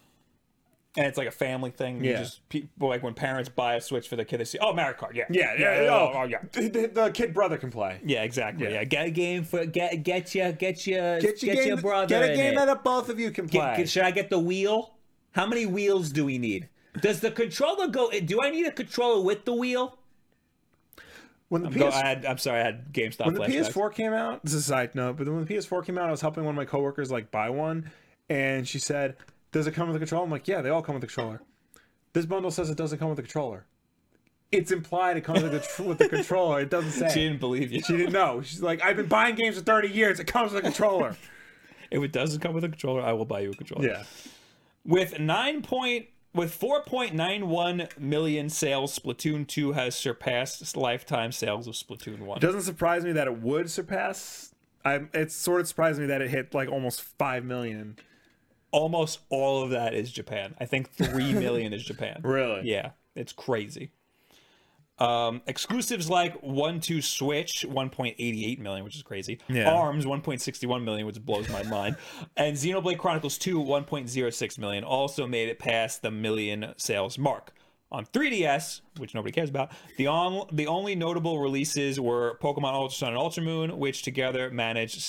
and it's like a family thing you
Yeah.
just pe- like when parents buy a switch for their kid they see oh mario kart yeah
Yeah. Yeah.
oh,
oh,
oh, yeah
The, the- the kid brother can play.
yeah exactly yeah. get a game for get get your get your
Get your, game,
brother
Get a
in
game
it.
that a both of you can play.
Get- should i get the wheel how many wheels do we need does the controller go eh, do i need a controller with the wheel
when the
go,
PS,
I had, i'm sorry i had gamestop
when the
flashbacks.
PS4 came out, this is a side note, but when the PS4 came out, I was helping one of my coworkers like buy one, and she said, "Does it come with a controller?" I'm like, "Yeah, they all come with a controller." This bundle says it doesn't come with a controller. It's implied it comes with a, tr- with a controller. It doesn't say.
she didn't believe you
She didn't know. She's like, I've been buying games for 30 years. It comes with a controller.
if it doesn't come with a controller i will buy you a controller
yeah.
With nine point with 4.91 million sales, Splatoon 2 has surpassed its lifetime sales of Splatoon 1.
Doesn't surprise me that it would surpass. I it sort of surprised me that it hit like almost five million.
Almost all of that is Japan. I think 3 million is Japan.
Really?
Yeah, it's crazy. Um, exclusives like 1 2 Switch, 1.88 million, which is crazy.
Yeah.
ARMS, 1.61 million, which blows my mind. And Xenoblade Chronicles 2, 1.06 million, also made it past the million sales mark. On 3DS, which nobody cares about, the on, the only notable releases were Pokemon Ultra Sun and Ultra Moon, which together managed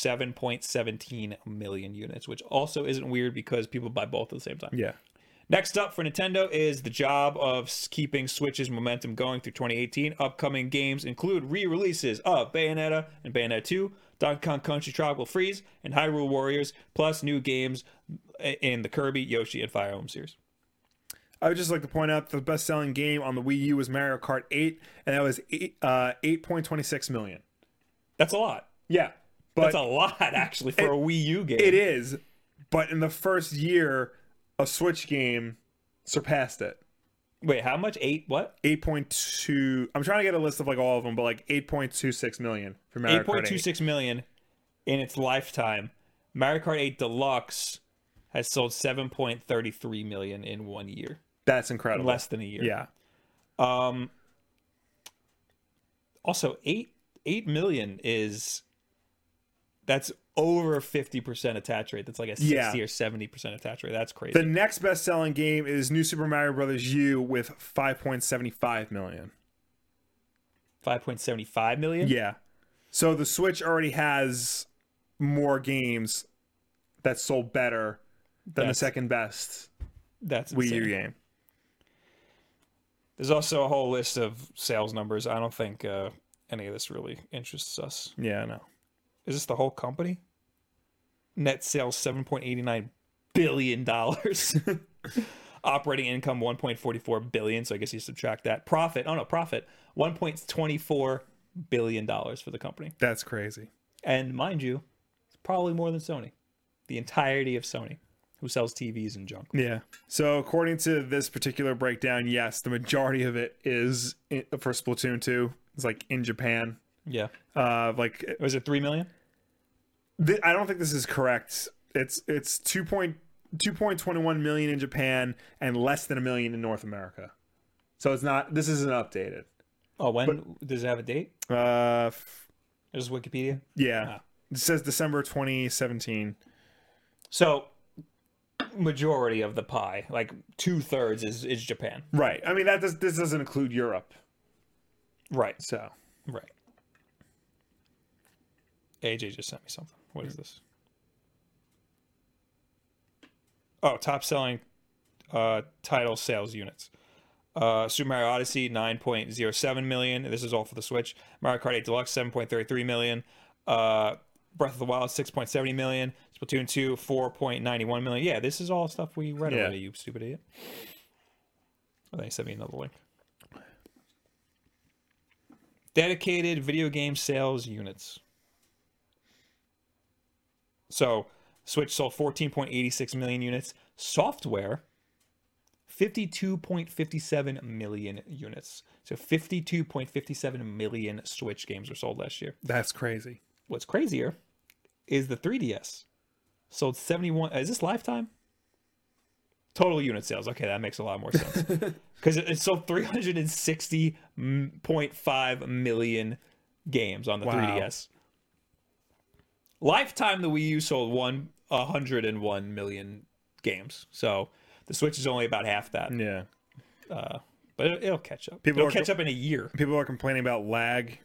7.17 million units, which also isn't weird because people buy both at the same time.
Yeah.
Next up for Nintendo is the job of s- keeping Switch's momentum going through 2018. Upcoming games include re releases of Bayonetta and Bayonetta 2, Donkey Kong Country Tropical Freeze, and Hyrule Warriors, plus new games i- in the Kirby, Yoshi, and Fire Emblem series.
I would just like to point out the best selling game on the Wii U was Mario Kart 8, and that was eight uh, 8.26 million.
That's a lot.
Yeah. But
That's a lot, actually, for a Wii U game.
it is. But in the first year, a Switch game surpassed it.
Wait, how much? Eight? What?
8.2. I'm trying to get a list of like all of them, but like 8.26 million for Mario Kart 8.
8.26 million in its lifetime. Mario Kart 8 Deluxe has sold 7.33 million in one year,
That's incredible.
less than a year.
Yeah.
Um. Also, eight eight million is that's over fifty percent attach rate. That's like a sixty
Yeah.
or seventy percent attach rate. That's crazy.
The next best-selling game is New Super Mario Brothers U with 5.75 million.
Five point seventy five million.
Yeah. So the Switch already has more games that sold better than
That's
the second best
That's
Wii U
insane.
game.
There's also a whole list of sales numbers. I don't think uh, any of this really interests us.
Yeah, I know.
Is this the whole company? Net sales seven point eighty nine billion dollars. Operating income one point forty four billion. So I guess you subtract that. Profit. Oh no, profit one point twenty four billion dollars for the company.
That's crazy.
And mind you, it's probably more than Sony. The entirety of Sony, who sells TVs and junk.
Yeah. So according to this particular breakdown, yes, the majority of it is in, for Splatoon 2. It's like in Japan.
Yeah.
Uh like
Was it three million?
th- I don't think this is correct. It's it's 2 point 2.21 million in Japan and less than a million in North America. So it's not this isn't updated.
Oh, when does it have a date?
Uh f-
Is this
Uh,
Wikipedia?
Yeah. It says December 2017.
So majority of the pie. Like two thirds is is Japan.
Right. I mean, that does, this doesn't include Europe.
Right.
So
Right. AJ just sent me something. What is this? Oh, top selling uh, title sales units. Uh, Super Mario Odyssey 9.07 million. This is all for the Switch. Mario Kart 8 Deluxe 7.33 million. Uh, Breath of the Wild 6.70 million. Splatoon 2 4.91 million. Yeah, this is all stuff we read
Yeah.
already, you stupid idiot. Oh, they sent me another link. dedicated video game sales units. So, Switch sold 14.86 million units, software 52.57 million units. So, 52.57 million Switch games were sold last year.
that's crazy.
What's crazier is the 3DS sold 71 is this lifetime? Total unit sales. Okay, that makes a lot more sense. Cuz it it sold 360.5 million games on the
Wow.
3DS. Lifetime the Wii U sold one 101 million games. So the Switch is only about half that.
Yeah.
Uh, but it- it'll catch up.
People
it'll
are-
catch up in a year.
People are complaining about lag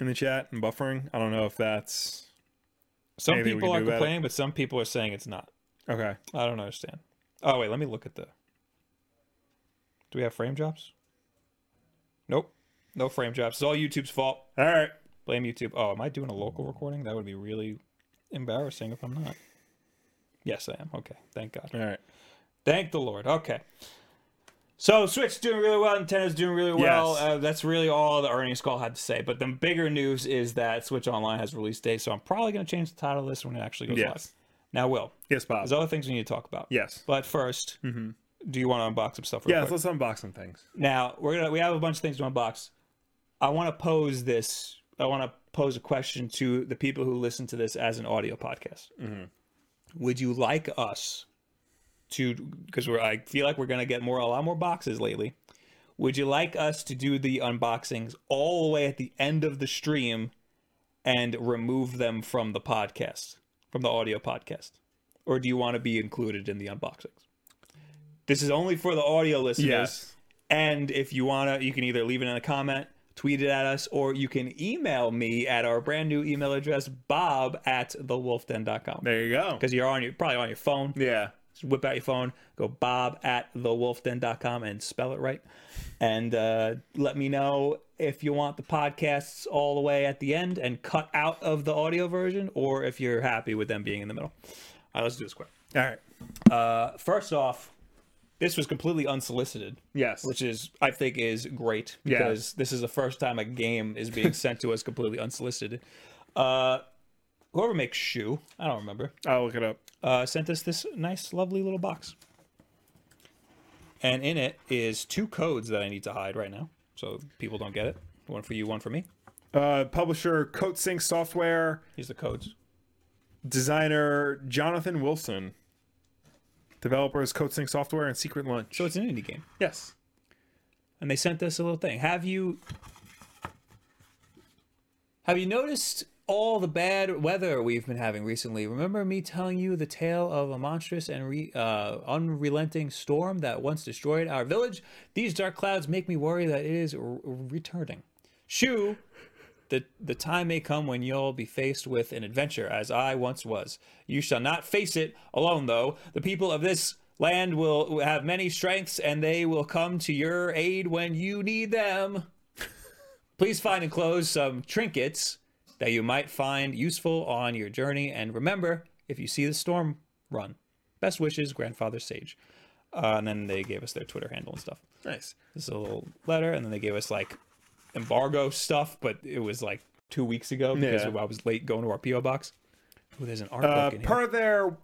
in the chat and buffering. I don't know if that's
Some
Maybe we
people
can
are
do better.
complaining, but some people are saying it's not.
okay.
I don't understand. Oh wait, let me look at the. Do we have frame drops? Nope, no frame drops. It's all YouTube's fault.
All right.
Blame YouTube. Oh, am I doing a local recording? That would be really embarrassing if I'm not. Yes, I am. Okay, thank God.
All right.
Thank the Lord. Okay. So Switch doing really well, Nintendo's doing really well.
Yes.
Uh, that's really all the earnings call had to say. But the bigger news is that Switch Online has release date, so I'm probably going to change the title of this when it actually goes
Yes.
live. Now, Will,
Yes, Bob.
there's other things we need to talk about.
Yes.
But 1st do you want to unbox some stuff? Real
Yes.
quick?
Let's unbox some things.
Now we're gonna we have a bunch of things to unbox. I want to pose this. I want to pose a question to the people who listen to this as an audio podcast. Would you like us to? Because we're I feel like we're gonna get more a lot more boxes lately. Would you like us to do the unboxings all the way at the end of the stream and remove them from the podcast, from the audio podcast? Or do you want to be included in the unboxings? This is only for the audio listeners.
Yes.
And if you wanna, you can either leave it in a comment, tweet it at us, or you can email me at our brand new email address, bob at thewolfden.com.
There you go.
Because you're on your probably on your phone.
Yeah.
Just whip out your phone, go bob at thewolfden.com and spell it right. And uh, let me know if you want the podcasts all the way at the end and cut out of the audio version, or if you're happy with them being in the middle. All right, let's do this quick.
All right.
Uh, first off, this was completely unsolicited
Yes.
which is I think is great
Yeah.
because this is the first time a game is being sent to us completely unsolicited. Uh, whoever makes shoe, I don't remember,
I'll look it up.
uh, sent us this nice, lovely little box, and in it is two codes that I need to hide right now so people don't get it. One for you, one for me.
Uh, publisher CoatSync Software,
Here's the codes.
designer Jonathan Wilson, developers CoatSync Software and Secret Lunch.
So it's an indie game,
yes.
and they sent us a little thing. Have you Have you noticed all the bad weather we've been having recently? Remember me telling you the tale of a monstrous and re, uh, unrelenting storm that once destroyed our village? These dark clouds make me worry that it is r- returning. Shoo! The, the time may come when you'll be faced with an adventure, as I once was. You shall not face it alone, though. The people of this land will have many strengths, and they will come to your aid when you need them. Please find and close some trinkets that you might find useful on your journey. And remember, if you see the storm, run. Best wishes, Grandfather Sage. Uh, and then they gave us their Twitter handle and stuff.
Nice.
This is a little letter, and then they gave us like embargo stuff, but it was like two weeks ago because
Yeah.
I was late going to our PO box. Oh, there's an art
Uh,
book in here.
per their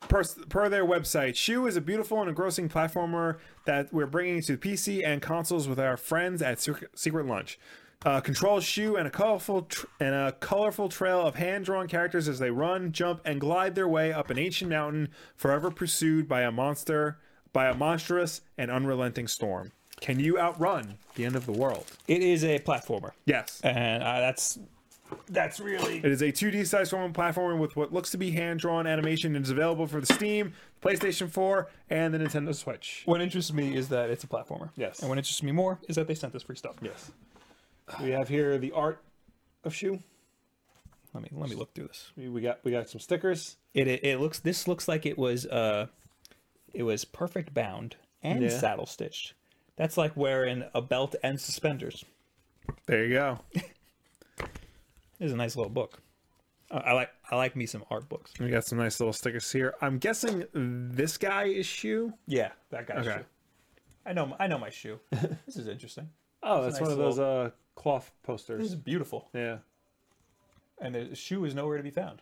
per, per their website, Shoe is a beautiful and engrossing platformer that we're bringing to PC and consoles with our friends at Secret, Secret Lunch. Uh, control Shoe and a colorful tr- and a colorful trail of hand-drawn characters as they run, jump, and glide their way up an ancient mountain, forever pursued by a monster, by a monstrous and unrelenting storm. Can you outrun the end of the world?
It is a platformer,
Yes.
and uh, that's That's really
It is a 2D side-scrolling platformer with what looks to be hand-drawn animation and is available for the Steam, PlayStation 4, and the Nintendo Switch.
what interests me is that it's a platformer.
Yes.
And what interests me more is that they sent us free stuff.
Yes. We have here the art of shoe.
Let me let me look through this.
We we got we got some stickers.
It, it it looks this looks like it was uh it was perfect bound and
Yeah.
saddle stitched. That's like wearing a belt and suspenders.
There you go.
This is a nice little book. I, I like I like me some art books.
We got some nice little stickers here. I'm guessing this guy is shoe.
Yeah, that guy's
Okay.
shoe. I know I know my shoe. this is interesting.
Oh,
that's one of those,
uh cloth
This
posters.
is beautiful,
Yeah.
and the shoe is nowhere to be found.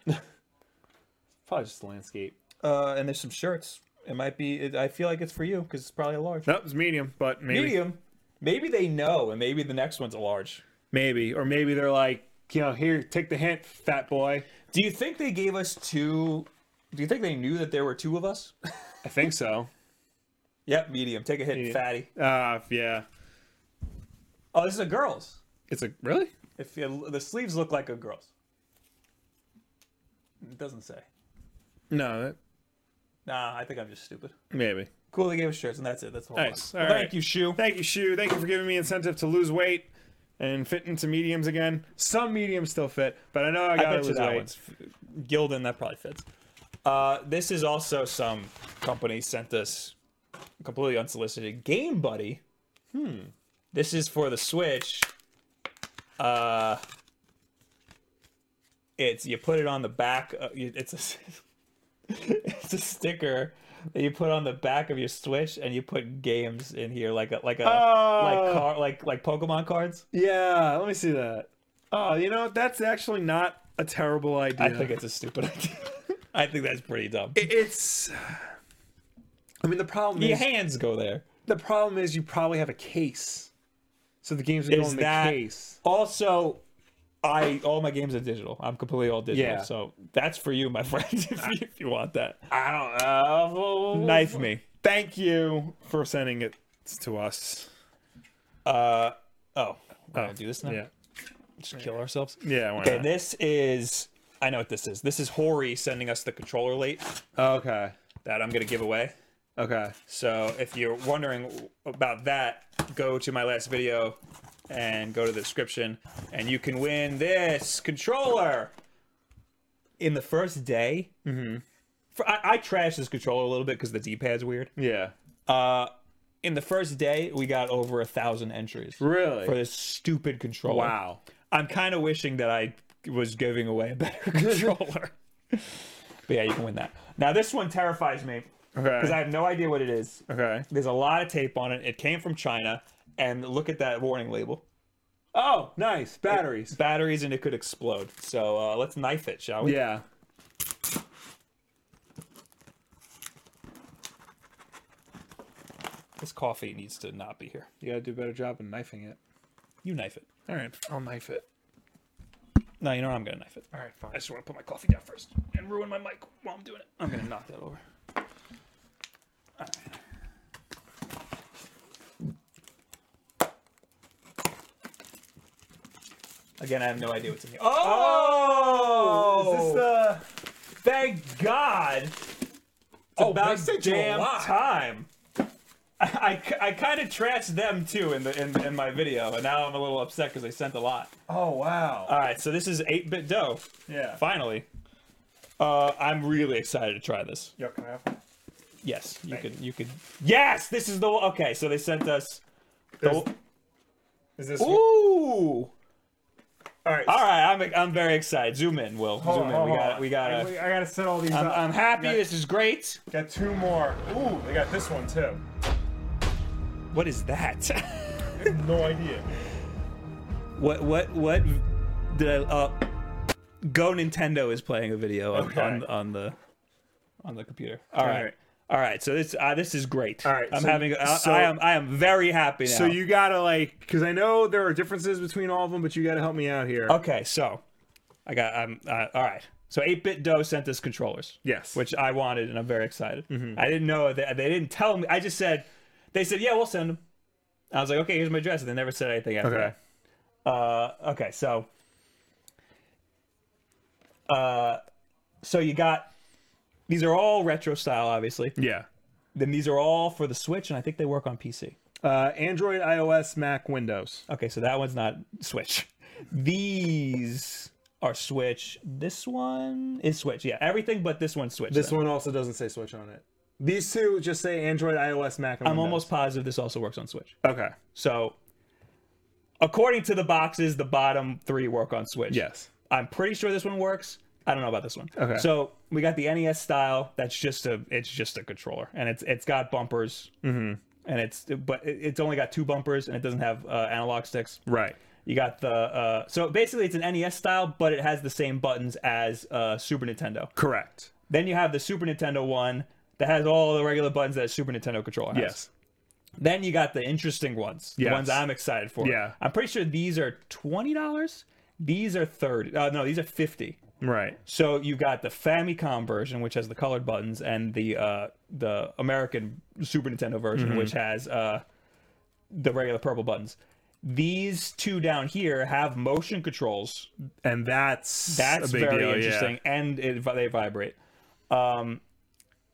Probably just landscape.
uh, and there's some shirts. It might be. It, I feel like it's for you because it's probably a large.
Nope, it's medium, but maybe
Medium. Maybe they know, and maybe the next one's a large.
maybe or maybe they're like, you know, here, take the hint, fat boy.
Do you think they gave us two? Do you think they knew that there were two of us?
I think so.
yep, medium. Take a hit, fatty.
Uh yeah.
Oh, this is a girl's.
It's a really?
If you, the sleeves look like a girl's, it doesn't say.
No, that,
Nah, I think I'm just stupid.
maybe.
Cool, they gave us shirts, and that's it. That's the whole
Nice.
lot.
All
Well,
right.
Thank you, shoe.
Thank you, Shu. Thank you for giving me incentive to lose weight and fit into mediums again. Some mediums still fit, but I know I
I
gotta
bet you
lose
that
weight.
one's Gildan. That probably fits. Uh, this is also some company sent us completely unsolicited. Game Buddy. Hmm. This is for the Switch. Uh, it's you put it on the back. Of, you- it's a s- it's a sticker that you put on the back of your Switch, and you put games in here like a like a
Oh.
like car like like Pokemon cards.
Yeah, let me see that. Oh, you know, that's actually not a terrible idea.
I think it's a stupid idea. I think that's pretty dumb.
It- it's. I mean, the problem
Your
is
hands go there.
the problem is you probably have a case, so the games would go
Is
in the
that-
case.
Also, I all my games are digital. I'm completely all digital.
Yeah.
So that's for you, my friend, if you, if you want that.
I don't know.
Knife me.
Thank you for sending it to us.
Uh oh. We're gonna do this now.
Yeah,
Just kill ourselves.
yeah. Why
Okay, this is I know what this is. This is Hori sending us the controller late
not? Okay.
that I'm gonna give away.
Okay.
So if you're wondering about that, go to my last video and go to the description, and you can win this controller. In the first day, mm-hmm. for, I, I trashed this controller a little bit because the D-pad's weird.
Yeah.
Uh, in the first day, we got over a thousand entries
Really?
for this stupid controller.
wow.
I'm kind of wishing that I was giving away a better controller. but yeah, you can win that. Now this one terrifies me because
Okay.
I have no idea what it is.
okay.
There's a lot of tape on it. It came from China. And look at that warning label.
Oh, nice batteries.
Batteries and it could explode. So uh, let's knife it, shall we?
Yeah.
This coffee needs to not be here.
You gotta do a better job in knifing it.
You knife it.
All right, I'll knife it.
No, you know what? I'm going to knife it.
All right, fine.
I just want to put my coffee down first and ruin my mic while I'm doing it. I'm going to knock that over. Again, I have no idea what's in here. Oh!
Is this uh, the?
Thank God. It's
they
about
sent Oh, you a
damn
lot.
time. I, I, kind of trashed them too in the in, in my video, and now I'm a little upset because they sent a lot.
Oh wow.
All right, so this is 8-bit dough.
yeah.
Finally, uh, I'm really excited to try this.
Yo, can I have one?
Yes, you
Thank
could you could. Yes, this is the one- okay. So they sent us. The,
There's- Is this?
ooh. All
All right.
right, I'm I'm very excited. Zoom in, Will.
Hold
Zoom
on,
in.
hold
we
on.
got we got.
I, I gotta set all these
I'm,
up.
I'm happy.
Got-
This is great.
Got two more. Ooh, they got this one too.
What is that?
I have no idea.
What what what did I uh Go Nintendo is playing a video on
Okay.
on, on the on the computer. All right.
right.
All right, so this uh, this is great.
All right,
I'm
so-
having. I,
so-
I am. I am very happy now.
So you gotta like, because I know there are differences between all of them, but you gotta help me out here.
okay? So, I got. I'm. Uh, all right. So 8-bit Doe sent us controllers.
Yes.
Which I wanted, and I'm very excited.
Mm-hmm.
I didn't know that they didn't tell me. I just said, they said, yeah, we'll send them. I was like, okay, here's my address, and they never said anything after
Okay.
that. Uh, okay, so uh, So you got these are all retro style, obviously.
Yeah.
Then these are all for the Switch, and I think they work on PC.
Uh, Android, iOS, Mac, Windows.
Okay, so that one's not Switch. These are Switch. This one is Switch. Yeah, everything but this one's Switch.
This
then.
one also doesn't say Switch on it. These two just say Android, iOS, Mac, and
I'm
Windows.
almost positive this also works on Switch.
Okay.
So, according to the boxes, the bottom three work on Switch.
Yes.
I'm pretty sure this one works. I don't know about this one.
Okay.
So we got the NES style. That's just a it's just a controller, and it's it's got bumpers. Mm-hmm. And it's but it- it's only got two bumpers, and it doesn't have uh, analog sticks.
Right.
You got the uh, so basically it's an NES style, but it has the same buttons as uh, Super Nintendo.
Correct.
Then you have the Super Nintendo one that has all the regular buttons that a Super Nintendo controller has.
Yes.
Then you got the interesting ones, the
Yes.
ones I'm excited for.
Yeah.
I'm pretty sure these are twenty dollars. These are thirty. Uh, no, these are fifty.
Right.
So you've got the Famicom version, which has the colored buttons, and the uh, the American Super Nintendo version, which has uh, the regular purple buttons. These two down here have motion controls.
And that's
That's
a big
very
deal, yeah.
interesting, and it, they vibrate. Um,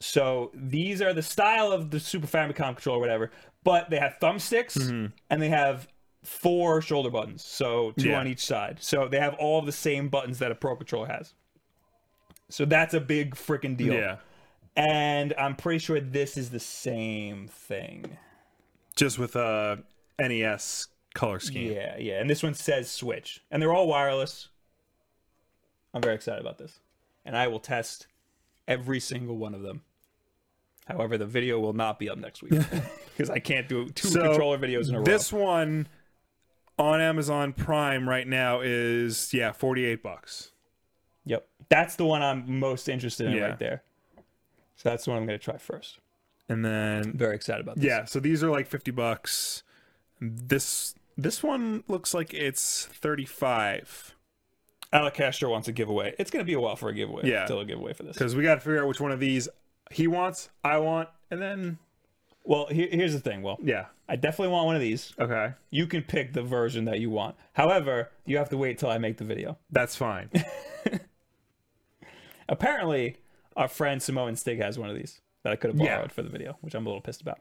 so these are the style of the Super Famicom controller, or whatever. But they have thumbsticks,
Mm-hmm.
and they have four shoulder buttons, so two
Yeah.
on each side. So they have all the same buttons that a Pro controller has. So that's a big freaking deal.
Yeah.
And I'm pretty sure this is the same thing.
Just with uh, NES color scheme.
Yeah, yeah. And this one says Switch. And they're all wireless. I'm very excited about this. And I will test every single one of them. However, the video will not be up next week because I can't do two
So,
controller videos in a row.
This one on Amazon Prime right now is yeah, 48 bucks.
Yep. That's the one I'm most interested in
Yeah.
right there. So that's the one I'm going to try first.
And then
Very excited about this.
Yeah, so these are like 50 bucks. This this one looks like it's 35
Alec Castro wants a giveaway. It's going to be a while for a giveaway.
Yeah.
Still a giveaway for this.
cuz we got to figure out which one of these he wants, I want, and then
Well, here, here's the thing. Well,
yeah.
I definitely want one of these.
Okay.
You can pick the version that you want. However, you have to wait till I make the video.
That's fine.
Apparently, our friend Samoan Stig has one of these that I could have
Yeah.
borrowed for the video, which I'm a little pissed about.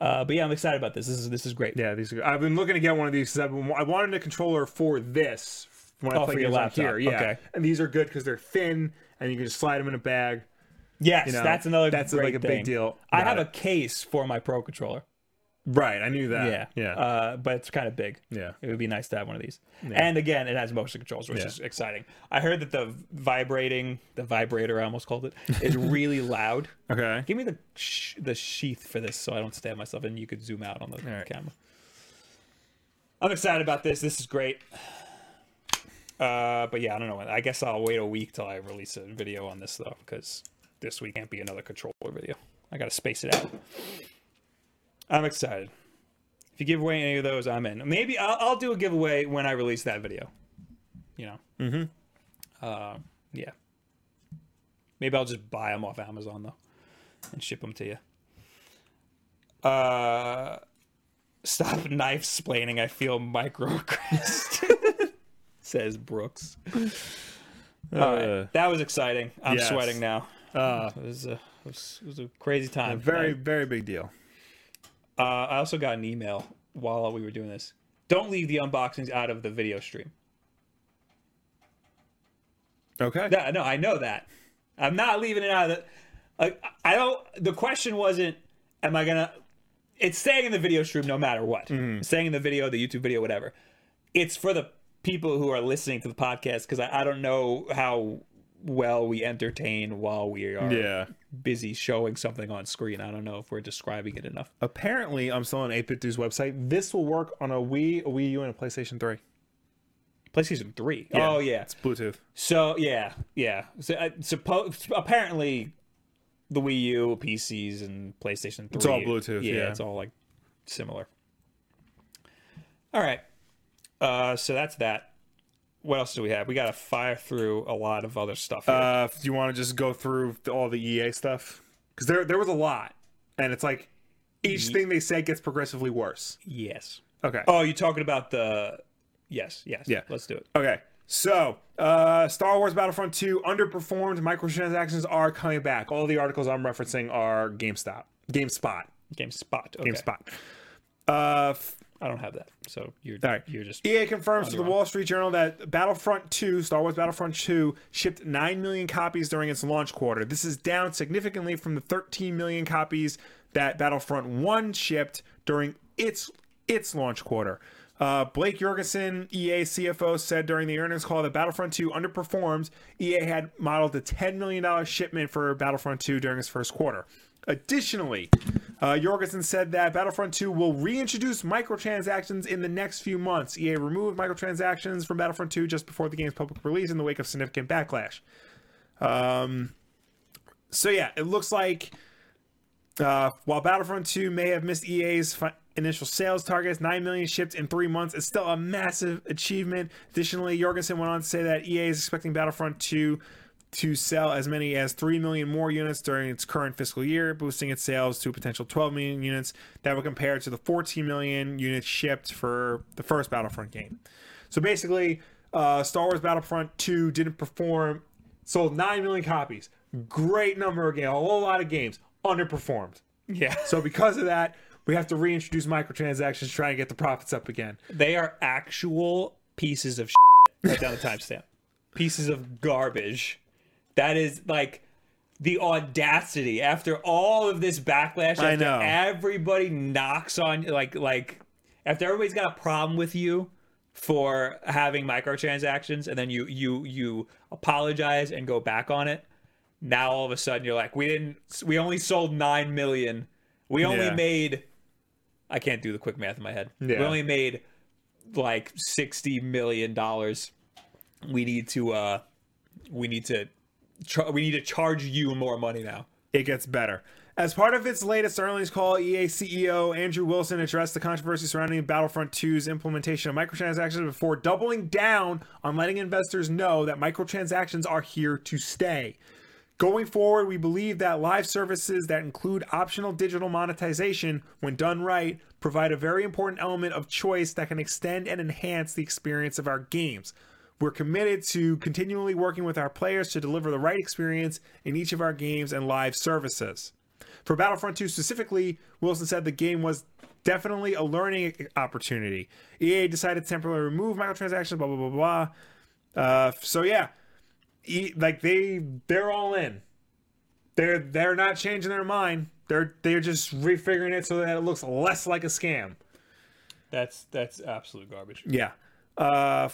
Uh, but yeah, I'm excited about this. This is this is great.
yeah, these are I've been looking to get one of these cuz I've been I wanted a controller for this when I
Oh,
play
for your
games on
laptop.
here. Yeah.
Okay.
And these are good cuz they're thin and you can just slide them in a bag.
Yes,
know,
that's another
that's,
great
like, a big
thing.
deal
I
about
have a case for my Pro controller.
Right, I knew that.
Yeah,
Yeah.
Uh, but it's kind of big.
yeah.
It would be nice to have one of these. And again, it has motion controls, which
Yeah.
is exciting. I heard that the vibrating, the vibrator, I almost called it, is really loud.
Okay.
Give me the sh- the sheath for this so I don't stab myself, and you could zoom out on the
right.
camera. I'm excited about this. This is great. Uh, but yeah, I don't know. I guess I'll wait a week till I release a video on this though, because this week can't be another controller video. I gotta space it out. I'm excited. If you give away any of those, I'm in. Maybe I'll, I'll do a giveaway when I release that video. You know. Mm-hmm. Uh, yeah. Maybe I'll just buy them off Amazon though and ship them to you. Uh, stop knife splaining. I feel microaggressed, says Brooks. All right.
Uh,
that was exciting. I'm
yes.
sweating now.
Uh,
It was a, it was, it was a crazy time.
very
tonight.
very big deal.
Uh, I also got an email while we were doing this. Don't leave the unboxings out of the video stream.
Okay.
Yeah, no, I know that. I'm not leaving it out. Of the, like, I don't. The question wasn't, am I gonna? It's staying in the video stream no matter what. It's staying in the video, the YouTube video, whatever. It's for the people who are listening to the podcast because I, I don't know how well we entertain while we are
Yeah.
busy showing something on screen. I don't know if we're describing it enough.
apparently I'm still on 8-Bit Dude's website. This will work on a Wii, a Wii U, and a PlayStation 3.
PlayStation Three. Oh yeah.
It's Bluetooth.
So yeah, yeah. So I suppose apparently the Wii U, PCs, and PlayStation Three. It's
all Bluetooth, yeah.
it's all like similar. All right. Uh, so that's that. What else do we have? We got to fire through a lot of other stuff. Here.
Uh, do you want to just go through the- all the EA stuff? Because there there was a lot, and it's like each thing they say gets progressively worse. Oh,
yes.
Okay.
Oh, you're talking about the. Yes. Yes.
Yeah.
Let's do it.
Okay. So, uh, Star Wars Battlefront 2 underperformed. Microtransactions are coming back. All the articles I'm referencing are GameStop, GameSpot,
GameSpot. Okay.
GameSpot. Uh, f-
I don't have that, so you're
All right.
you're just
EA E confirms to the
wrong.
Wall Street Journal that Battlefront 2, Star Wars Battlefront 2, shipped 9 million copies during its launch quarter. This is down significantly from the 13 million copies that Battlefront 1 shipped during its its launch quarter. Uh, Blake Jorgensen, E EA CFO, said during the earnings call that Battlefront 2 underperformed. EA had modeled a $10 million shipment for Battlefront 2 during its first quarter. Additionally, uh, Jorgensen said that Battlefront 2 will reintroduce microtransactions in the next few months. EA removed microtransactions from Battlefront 2 just before the game's public release in the wake of significant backlash. Um, so, yeah, it looks like uh, while Battlefront 2 may have missed EA's fi- initial sales targets, 9 million shipped in three months is still a massive achievement. Additionally, Jorgensen went on to say that EA is expecting Battlefront 2 to sell as many as 3 million more units during its current fiscal year, boosting its sales to a potential 12 million units that would compare to the 14 million units shipped for the first Battlefront game. So basically, uh, Star Wars Battlefront 2 didn't perform, sold 9 million copies. Great number of games, a whole lot of games, underperformed.
yeah.
So because of that, we have to reintroduce microtransactions to try and get the profits up again.
They are actual pieces of shit. Write down the timestamp. Pieces of garbage. That is like the audacity after all of this backlash.
I
after
know.
Everybody knocks on like like after everybody's got a problem with you for having microtransactions, and then you you you apologize and go back on it. Now all of a sudden you're like, we didn't. We only sold nine million. We only
Yeah.
made. I can't do the quick math in my head. We
Yeah.
only made like 60 million dollars we need to uh we need to char- we need to charge you more money now
It gets better. As part of its latest earnings call, E EA CEO Andrew Wilson addressed the controversy surrounding Battlefront 2's implementation of microtransactions before doubling down on letting investors know that microtransactions are here to stay. Going forward, we believe that live services that include optional digital monetization, when done right, provide a very important element of choice that can extend and enhance the experience of our games. We're committed to continually working with our players to deliver the right experience in each of our games and live services. For Battlefront 2 specifically, Wilson said the game was definitely a learning opportunity. EA decided to temporarily remove microtransactions, blah, blah, blah, blah. Uh, so, yeah, e- like they they're all in. They're they're not changing their mind. They're they're just refiguring it so that it looks less like a scam.
that's that's absolute garbage
Yeah. Uh,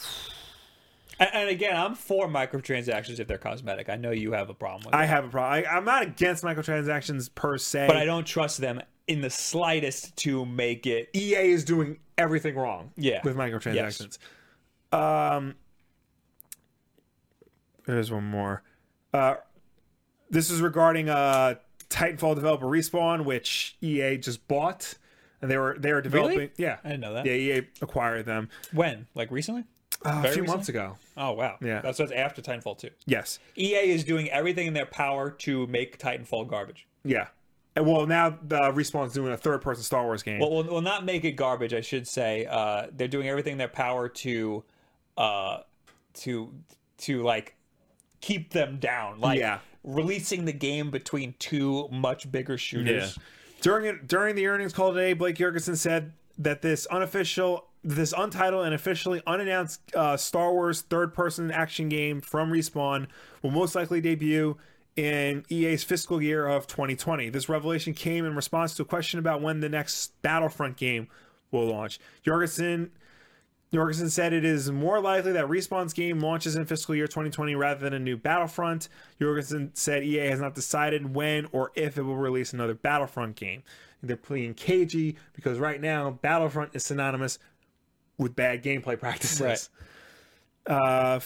and, and again i'm for microtransactions if they're cosmetic i know you have a problem with it
I have a problem. I, I'm not against microtransactions per se.
but i don't trust them in the slightest to make it e,
EA E is doing everything wrong.
Yeah.
With microtransactions. Um. There's one more. Uh, this is regarding uh Titanfall developer Respawn, which EA just bought, and they were they were developing. Yeah.
i didn't know that
Yeah, EA acquired them
when like recently
uh, a
Very
few
recently?
months ago.
oh wow
Yeah.
that's what's after titanfall 2
Yes.
ea is doing everything in their power to make titanfall garbage
Yeah. And well, now uh, Respawn's doing a third-person Star Wars game.
Well, well, well, not make it garbage. I should say uh, they're doing everything in their power to, uh, to, to like keep them down. Like
Yeah.
releasing the game between two much bigger shooters.
During during the earnings call today, Blake Jurgensen said that this unofficial, this untitled and officially unannounced uh, Star Wars third-person action game from Respawn will most likely debut in EA's fiscal year of 2020. This revelation came in response to a question about when the next Battlefront game will launch. Jorgensen Jorgensen said it is more likely that Respawn's game launches in fiscal year 2020 rather than a new Battlefront. Jorgensen said EA has not decided when or if it will release another Battlefront game. They're playing cagey because right now Battlefront is synonymous with bad gameplay practices.
Right.
Uh,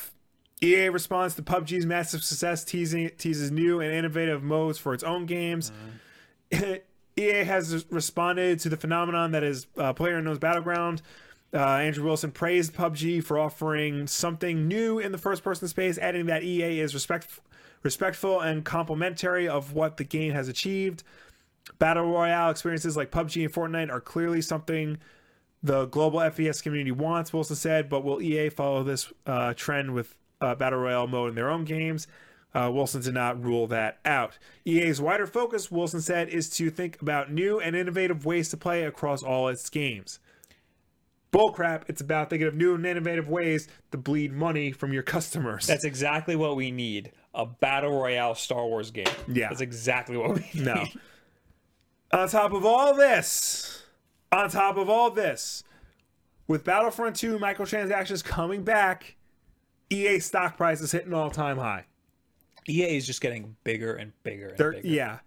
EA responds to PUBG's massive success, teasing teases new and innovative modes for its own games. EA E has responded to the phenomenon that is uh, PlayerUnknown's Battleground. Uh, Andrew Wilson praised PUBG for offering something new in the first-person space, adding that EA is respect- respectful and complimentary of what the game has achieved. Battle Royale experiences like PUBG and Fortnite are clearly something the global FES community wants, Wilson said, but will EA follow this uh, trend with uh, Battle Royale mode in their own games? Uh, Wilson did not rule that out. EA's wider focus, Wilson said, is to think about new and innovative ways to play across all its games. Bullcrap, it's about thinking of new and innovative ways to bleed money from your customers.
That's exactly what we need. A battle royale Star Wars game.
Yeah.
That's exactly what we need.
No. on top of all this, on top of all this, with Battlefront 2 microtransactions coming back, EA stock price is hitting all time high.
EA E is just getting bigger and bigger and
They're-
bigger.
yeah.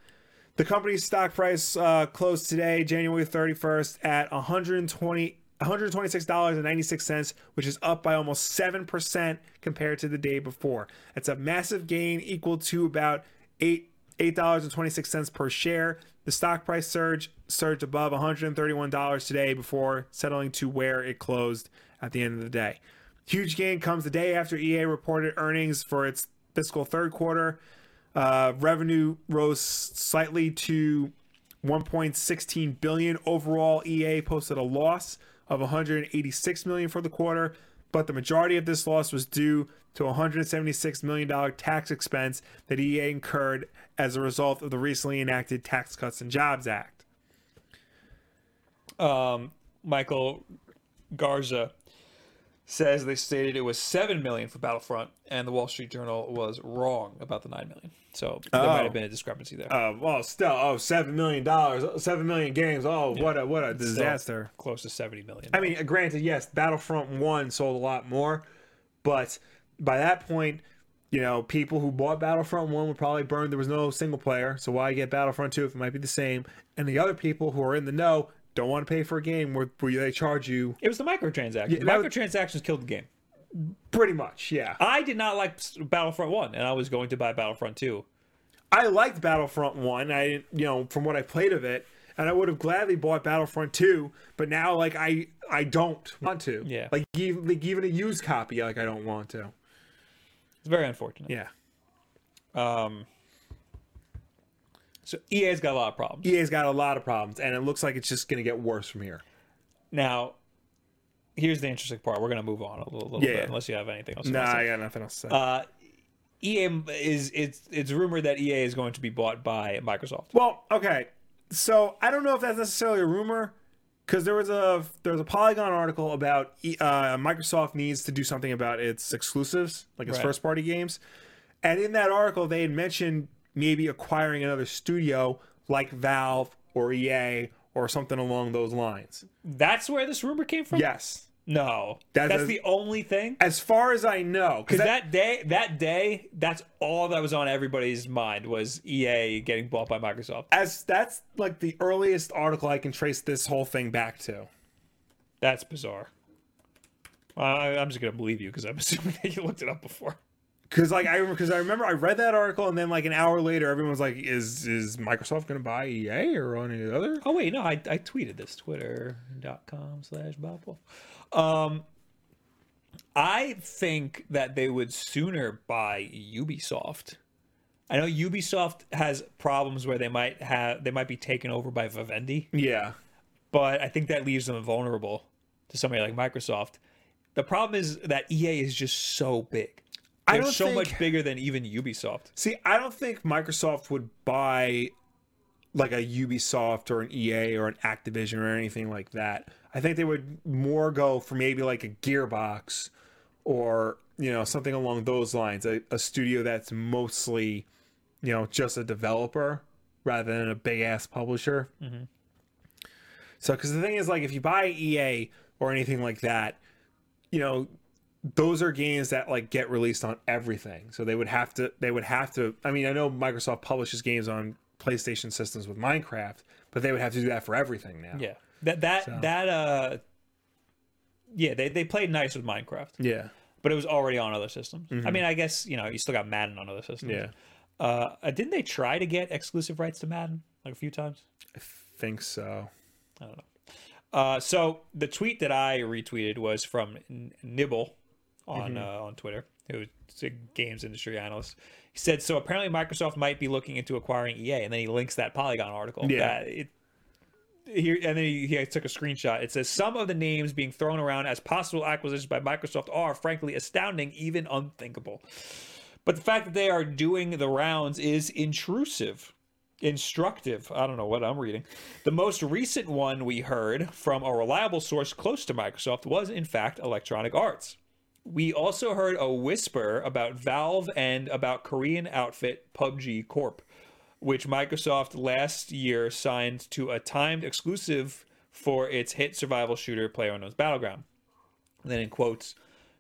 The company's stock price uh, closed today, January 31st, at 120 $126.96, which is up by almost 7% compared to the day before. That's a massive gain equal to about 8 $8.26 per share. The stock price surge surged above $131 today before settling to where it closed at the end of the day. Huge gain comes the day after EA reported earnings for its fiscal third quarter. Uh, revenue rose slightly to 1.16 billion overall. EA posted a loss of 186 million for the quarter, but the majority of this loss was due to a 176 million dollar tax expense that EA incurred as a result of the recently enacted Tax Cuts and Jobs Act.
um, Michael Garza says they stated it was seven million for Battlefront, and the Wall Street Journal was wrong about the nine million. So there might
Oh.
have been a discrepancy there.
Uh, well, still, oh, seven million dollars, seven million games. Oh, what a what a disaster!
So, close to seventy million.
I mean, granted, yes, Battlefront One sold a lot more, but by that point, you know, people who bought Battlefront One were probably burned. There was no single player, so why get Battlefront Two if it might be the same? And the other people who are in the know don't want to pay for a game where, where they charge you
it was the microtransactions.
that was-
microtransactions killed the game.
pretty much. Yeah,
I did not like s- Battlefront One, and I was going to buy Battlefront Two.
I liked Battlefront One. I, didn't- you know, from what I played of it. And I would have gladly bought Battlefront 2, but now like I I don't want to.
Yeah.
Like even like even a used copy, like I don't want to.
It's very unfortunate.
Yeah.
Um, so EA's got a lot of problems.
EA's E got a lot of problems, and it looks like it's just going to get worse from here.
Now, here's the interesting part. We're gonna move on a little, little
Yeah, yeah.
bit, unless you have anything else. you
Nah,
wanna say.
I got nothing else to say.
uh, EA is it's it's rumored that EA is going to be bought by Microsoft.
well, okay, so I don't know if that's necessarily a rumor, because there was a there was a Polygon article about E- uh, Microsoft needs to do something about its exclusives, like its
Right.
first party games, and in that article they had mentioned maybe acquiring another studio like Valve or EA or something along those lines.
That's where this rumor came from.
Yes,
No,
That-
that's
that-
the only thing.
as far as I know, because
Because that day, that day, that's all that was on everybody's mind was EA getting bought by Microsoft.
as that's like the earliest article I can trace this whole thing back to.
That's bizarre. I, I'm just gonna believe you because I'm assuming that you looked it up before.
Cause like I remember, cause I remember I read that article, and then like an hour later, everyone was like, "Is is Microsoft gonna buy EA or any other?"
Oh wait, no, I, I tweeted this twitter.com slash Bible. Um I think that they would sooner buy Ubisoft. I know Ubisoft has problems where they might have they might be taken over by Vivendi,
Yeah,
but I think that leaves them vulnerable to somebody like Microsoft. The problem is that EA is just so big.
I
They're
don't
so
think-
much bigger than even Ubisoft.
see, I don't think Microsoft would buy like a Ubisoft or an EA or an Activision or anything like that. I think they would more go for maybe like a Gearbox or you know something along those lines, a, a studio that's mostly you know just a developer rather than a big ass publisher.
Mm-hmm.
So, because the thing is, like, if you buy EA or anything like that, you know, those are games that like get released on everything. So they would have to, they would have to. I mean, I know Microsoft publishes games on PlayStation systems with Minecraft, but they would have to do that for everything now.
Yeah. That that that uh yeah, they, they played nice with Minecraft.
yeah,
but it was already on other systems. I mean, I guess you know you still got Madden on other systems.
yeah.
Uh, uh, didn't they try to get exclusive rights to Madden like a few times?
Think so.
I don't know. Uh, so the tweet that I retweeted was from N- Nibble on uh, on Twitter, who's a games industry analyst. He said, "So E apparently Microsoft might be looking into acquiring EA," and then he links that Polygon article.
Yeah.
that it, here and then he, he took a screenshot. It says some of the names being thrown around as possible acquisitions by Microsoft are frankly astounding, even unthinkable. But the fact that they are doing the rounds is intrusive, instructive. I don't know what I'm reading. The most recent one we heard from a reliable source close to Microsoft was, in fact, Electronic Arts. We also heard a whisper about Valve and about Korean outfit PUBG Corp which Microsoft last year signed to a timed exclusive for its hit survival shooter PlayerUnknown's Battleground. And then in quotes,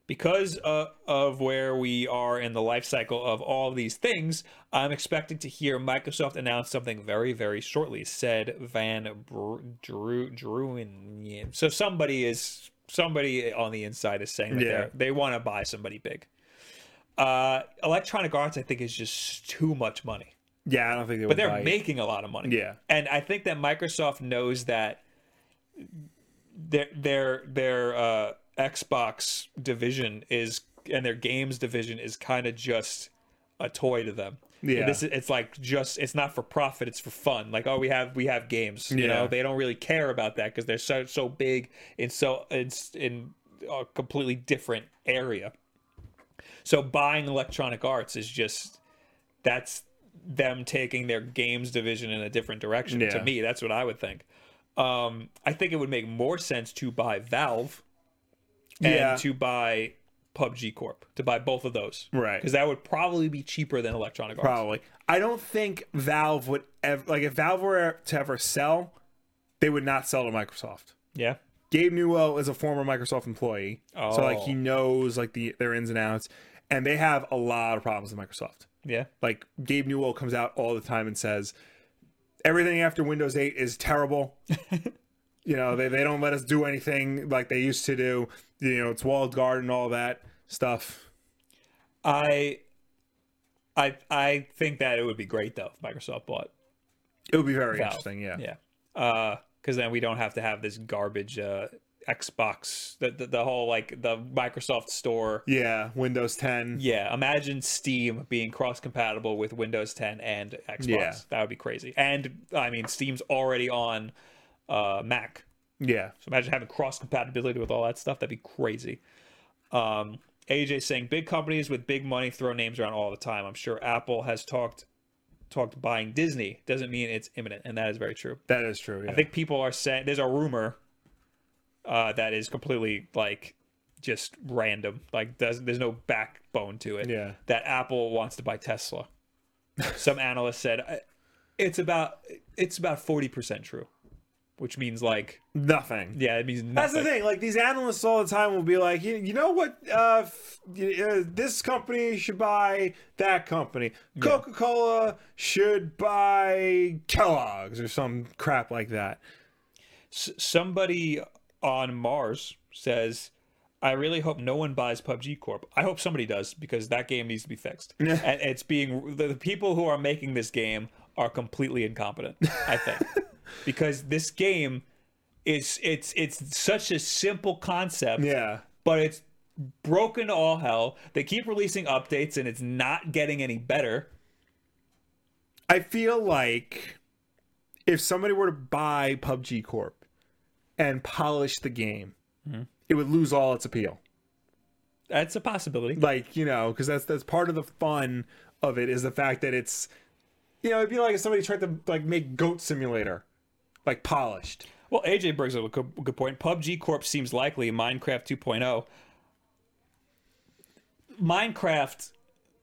because uh, of where we are in the life cycle of all of these things, I'm expecting to hear Microsoft announce something very, very shortly," said Van Br- Drew Druin. Yeah. So somebody is somebody on the inside is saying that
Yeah.
they're- they want to buy somebody big. Uh, Electronic Arts, I think, is just too much money
Yeah, I don't think they would.
but they're
buy E it.
making a lot of money.
Yeah.
and I think that Microsoft knows that their their their uh, Xbox division is and their games division is kind of just a toy to them.
Yeah.
this is, it's like just it's not for profit; it's for fun. Like oh, we have we have games. You know,
Yeah.
they don't really care about that because they're so so big and so it's in a completely different area. So buying Electronic Arts is just that's them taking their games division in a different direction. To
Yeah.
me, that's what I would think. Um, I think it would make more sense to buy Valve and
Yeah.
to buy PUBG Corp to buy both of those,
Right.
Because that would probably be cheaper than Electronic Arts.
Probably. I don't think Valve would ever like if Valve were to ever sell, they would not sell to Microsoft.
Yeah,
Gabe Newell is a former Microsoft employee, so like
Oh.
he knows like the their ins and outs, and they have a lot of problems with Microsoft.
yeah,
Like Gabe Newell comes out all the time and says everything after Windows 8 is terrible. you know, they, they don't let us do anything like they used to do. You know, it's walled garden, all that stuff.
I. I, I think that it would be great though if Microsoft bought
It would be very
Valve.
interesting, yeah.
yeah because then we don't have to have this garbage uh xbox the, the, the whole like the microsoft store
Yeah, Windows 10.
yeah imagine steam being cross compatible with windows 10 and xbox
Yeah.
that would be crazy and i mean steam's already on uh mac
yeah.
so imagine having cross compatibility with all that stuff. That'd be crazy. Um, AJ saying big companies with big money throw names around all the time. I'm sure Apple has talked talked buying Disney. Doesn't mean it's imminent, and that is very true.
That is true. Yeah.
I think people are saying there's a rumor uh, that is completely like just random. Like does, there's no backbone to it.
Yeah.
That Apple wants to buy Tesla. Some analyst said "I- it's about it's about forty percent true, which means like
Nothing.
yeah, it means nothing.
That's the thing. Like these analysts all the time will be like, you, you know what? Uh, f- y- uh, this company should buy that company. Coca Cola should buy Kellogg's or some crap like that.
S- somebody on Mars says, I really hope no one buys PUBG Corp. I hope somebody does because that game needs to be fixed. and it's being the, the people who are making this game are completely incompetent, I think. because this game is it's it's such a simple concept,
Yeah.
but it's broken to all hell. They keep releasing updates and it's not getting any better.
I feel like if somebody were to buy PUBG Corp and polish the game, it would lose all its appeal.
That's a possibility.
like you know because that's that's part of the fun of it is the fact that it's you know it'd be like if somebody tried to like make goat simulator like polished
Well, AJ brings up a good, good point. PUBG Corp seems likely. Minecraft oh. 2.0. Minecraft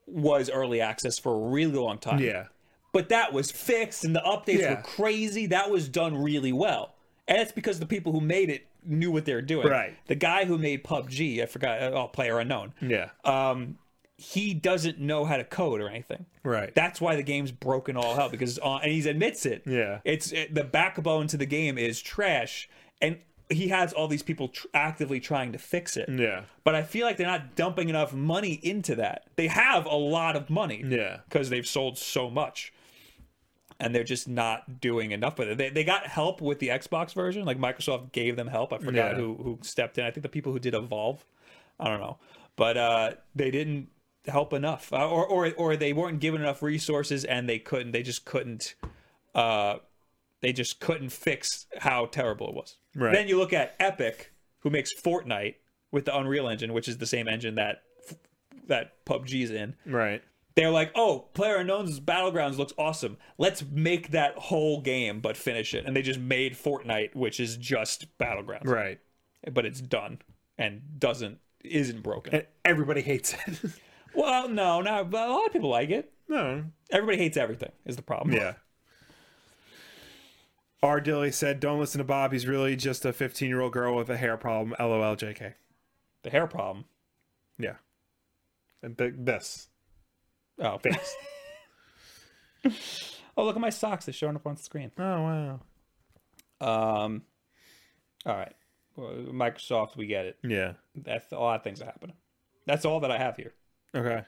was early access for a really long time.
yeah
But that was fixed and the updates
Yeah.
were crazy. That was done really well. And that's because the people who made it knew what they were doing.
Right.
The guy who made PUBG, I forgot, oh, Player Unknown,
yeah Um,
he doesn't know how to code or anything.
right
That's why the game's broken all hell because uh, and he admits it.
Yeah.
it's it, the backbone to the game is trash, and he has all these people tr- actively trying to fix it.
yeah
But I feel like they're not dumping enough money into that. They have a lot of money.
Yeah.
because they've sold so much. And they're just not doing enough with it. They, they got help with the Xbox version. Like Microsoft gave them help. I forgot
Yeah.
who who stepped in. I think the people who did Evolve. I don't know, but uh, they didn't help enough, uh, or or or they weren't given enough resources, and they couldn't. They just couldn't uh, They just couldn't fix how terrible it was.
Right.
Then you look at Epic, who makes Fortnite with the Unreal Engine, which is the same engine that that PUBG's in.
Right.
They're like, "Oh, Player Unknown's Battlegrounds looks awesome. Let's make that whole game, but finish it." And they just made Fortnite, which is just Battlegrounds,
Right.
but it's done and doesn't isn't broken.
And E, everybody hates it.
well, no, no, but a lot of people like it.
no.
Everybody hates everything is the problem.
Yeah. R. Dilly said, "Don't listen to Bob. He's really just a 15-year-old girl with a hair problem." LOL. JK.
The hair problem.
Yeah. And th- this.
Oh, thanks. oh, look at my socks. They're showing up on screen.
Oh wow.
Um, all right. Well, Microsoft, we get it.
Yeah.
That's a lot of things are happening. That's all that I have here.
Okay.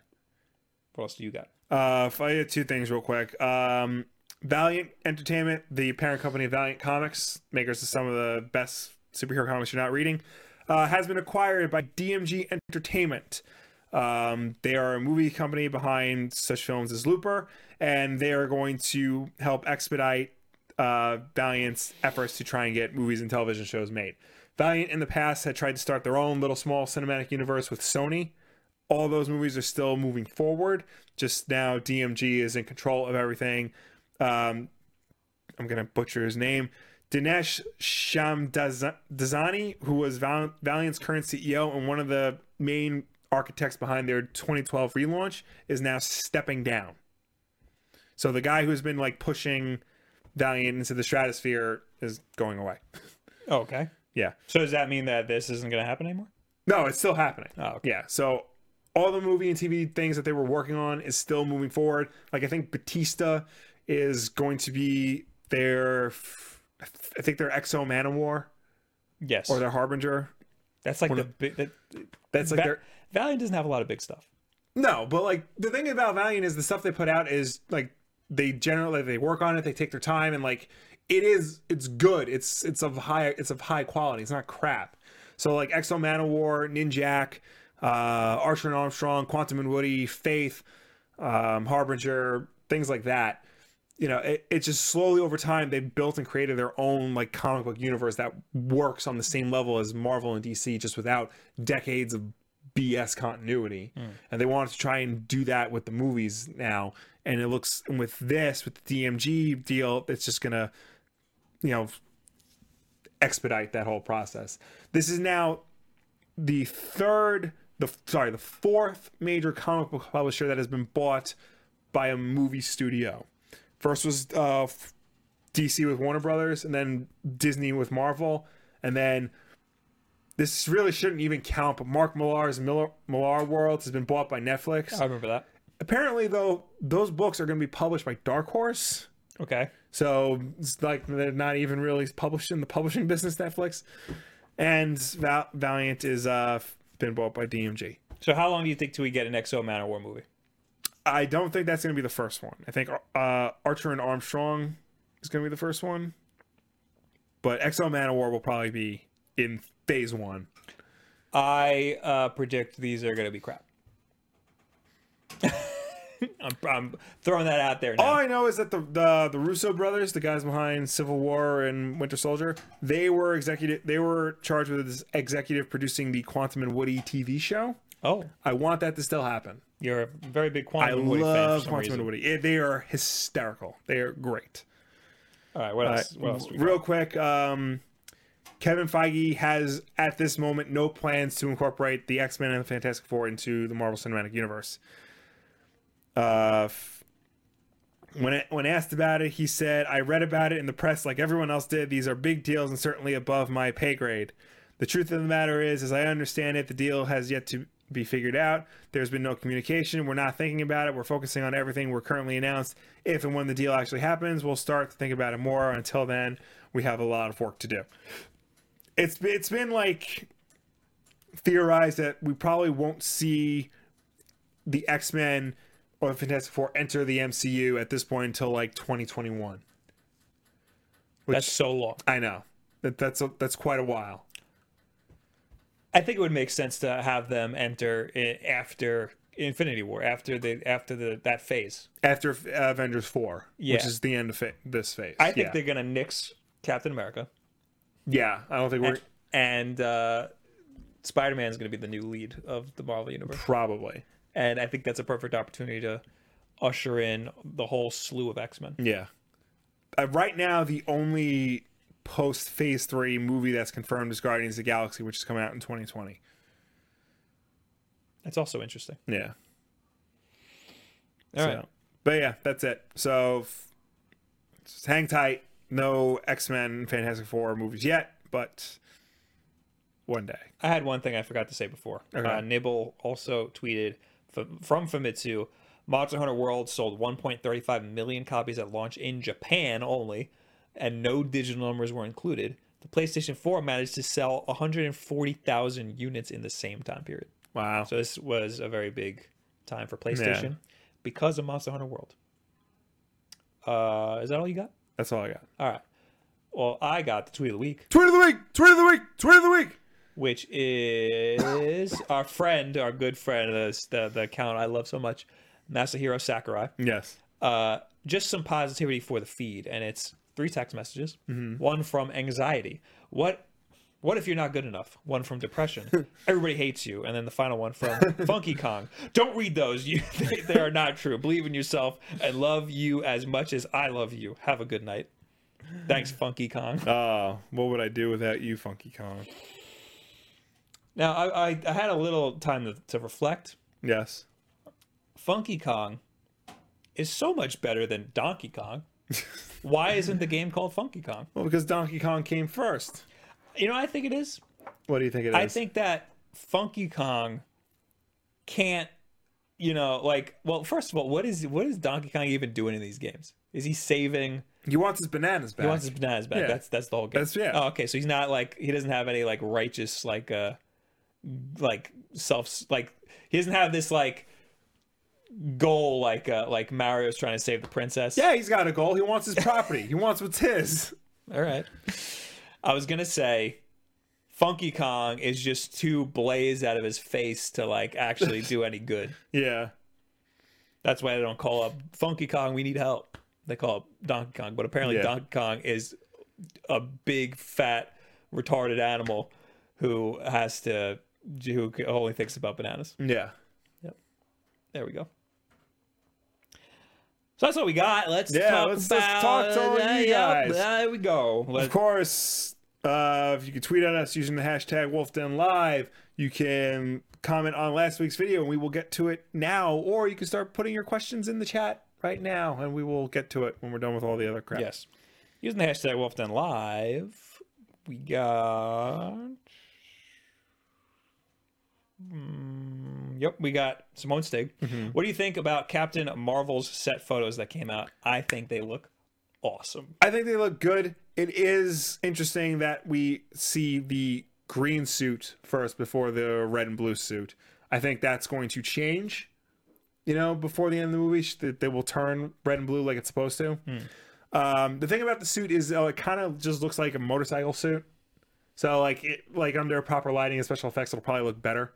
What else do you got?
Uh, if I had two things real quick. Um, Valiant Entertainment, the parent company of Valiant Comics, makers of some of the best superhero comics you're not reading, uh, has been acquired by DMG Entertainment. Um, they are a movie company behind such films as Looper, and they are going to help expedite uh, Valiant's efforts to try and get movies and television shows made. Valiant in the past had tried to start their own little small cinematic universe with Sony. All those movies are still moving forward. Just now, DMG is in control of everything. Um, I'm going to butcher his name. Dinesh Shamdazani, who was Val- Valiant's current CEO and one of the main architects behind their 2012 relaunch, is now stepping down. So the guy who's been like pushing Valiant into the stratosphere is going away.
Oh, okay.
Yeah.
So does that mean that this isn't going to happen anymore?
No, it's still happening.
Oh, okay.
Yeah. So all the movie and TV things that they were working on is still moving forward. Like I think Batista is going to be their, f- I think their Exo Manowar
Yes.
or their Harbinger.
That's like the big. That,
That's like
Va-
their
Valiant doesn't have a lot of big stuff.
no, but like the thing about Valiant is the stuff they put out is like they generally they work on it, they take their time, and like it is it's good. It's it's of high it's of high quality. It's not crap. So like Exo Manowar, Ninjak, uh, Archer and Armstrong, Quantum and Woody, Faith, um, Harbinger, things like that. You know, it, it just slowly over time they built and created their own like comic book universe that works on the same level as Marvel and DC, just without decades of BS continuity. And they wanted to try and do that with the movies now. And it looks and with this with the DMG deal, it's just gonna, you know, expedite that whole process. This is now the third, the sorry, the fourth major comic book publisher that has been bought by a movie studio. First was uh, f- DC with Warner Brothers, and then Disney with Marvel, and then this really shouldn't even count. But Mark Millar's Miller, Millar Worlds has been bought by Netflix.
I remember that.
Apparently, though, those books are going to be published by Dark Horse.
Okay.
So it's like they're not even really published in the publishing business, Netflix. And Val- Valiant is uh, been bought by DMG.
So how long do you think till we get an Exo Man of War movie?
I don't think that's going to be the first one. I think uh, Archer and Armstrong is going to be the first one. But Exo Manowar will probably be in phase one.
I uh, predict these are going to be crap. I'm, I'm throwing that out there
All
now.
I know is that the, the the Russo brothers, the guys behind Civil War and Winter Soldier, they were executive. They were charged with this executive producing the Quantum and Woody TV show.
Oh,
I want that to still happen.
you're a very big
I
Quantum and Woody fan for
love
some
Quantum
reason.
and Woody. Yeah, they are hysterical. They are great.
All right, what else? what else we got?
Real quick, um, Kevin Feige has at this moment no plans to incorporate the X Men and the Fantastic Four into the Marvel Cinematic Universe. Uh, f- when it, when asked about it, he said, "I read about it in the press, like everyone else did. These are big deals and certainly above my pay grade." The truth of the matter is, as I understand it, the deal has yet to be figured out. There's been no communication. We're not thinking about it. We're focusing on everything we're currently announced. If and when the deal actually happens, we'll start to think about it more. Until then, we have a lot of work to do. It's it's been like theorized that we probably won't see the X Men or the Fantastic Four enter the MCU at this point until like 2021.
That's so long.
I know that that's a, that's quite a while.
I think it would make sense to have them enter it after Infinity War after the after the that phase.
after Avengers four, which
Yeah.
is the end of fa- this phase.
I think
yeah.
they're gonna nix Captain America
yeah, I don't think we're
and uh, Spider Man's gonna be the new lead of the Marvel universe,
probably.
and I think that's a perfect opportunity to usher in the whole slew of X Men.
Yeah. Uh, right now, the only post Phase Three movie that's confirmed is Guardians of the Galaxy, which is coming out in 2020.
That's also interesting.
Yeah.
All right.
so. But yeah, that's it. So f- just hang tight. No X Men, Fantastic Four movies yet, but one day.
I had one thing I forgot to say before.
Okay.
Uh, Nibble also tweeted from, from Famitsu Monster Hunter World sold 1.35 million copies at launch in Japan only, and no digital numbers were included. The PlayStation 4 managed to sell 140,000 units in the same time period.
Wow.
So this was a very big time for PlayStation because of Monster Hunter World. Uh, is that all you got?
that's all I got.
All right. Well, I got the tweet of the week.
Tweet of the week. Tweet of the week. Tweet of the week.
which is our friend, our good friend, the the, the account I love so much, Masahiro Sakurai.
Yes.
Uh, just some positivity for the feed, and it's three text messages. One from anxiety. What? What if you're not good enough? One from depression. Everybody hates you, and then the final one from Funky Kong. Don't read those. You, they, they are not true. Believe in yourself and love you as much as I love you. Have a good night. Thanks, Funky Kong.
Oh, what would I do without you, Funky Kong?
Now, I, I, I had a little time to, to reflect.
Yes.
Funky Kong is so much better than Donkey Kong. Why isn't the game called Funky Kong?
Well, because Donkey Kong came first.
You know, what I think it is.
What do you think it is?
I think that Funky Kong can't, you know, like, well, first of all, what is what is Donkey Kong even doing in these games? Is he saving?
he wants his bananas back.
He wants his bananas back.
Yeah.
That's that's the whole game.
That's- yeah.
Oh, okay, so he's not like he doesn't have any like righteous like uh like self like he doesn't have this like goal like uh like Mario's trying to save the princess.
yeah, he's got a goal. He wants his property. he wants what's his.
All right. I was gonna say, Funky Kong is just too blazed out of his face to like actually do any good.
Yeah.
That's why they don't call up Funky Kong. We need help. They call up Donkey Kong, but apparently
Yeah.
Donkey Kong is a big fat retarded animal who has to who only thinks about bananas.
Yeah.
There we go. So that's what we got. Let's
Yeah,
talk
let's-
about.
let's talk to all
Yeah,
you
yeah,
guys.
There we go.
Of course, uh, if you can tweet at us using the hashtag WolfDenLive, you can comment on last week's video and we will get to it now, or you can start putting your questions in the chat right now and we will get to it when we're done with all the other crap.
Yes. Using the hashtag Wolfden Live, we got. Mm, Yep, we got Simone Stig. What do you think about Captain Marvel's set photos that came out? I think they look awesome.
I think they look good. It is interesting that we see the green suit first before the red and blue suit. I think that's going to change. You know, before the end of the movie, sh- that they will turn red and blue like it's supposed to. Um, the thing about the suit is uh, it kind of just looks like a motorcycle suit. So like it, like under proper lighting and special effects, it'll probably look better.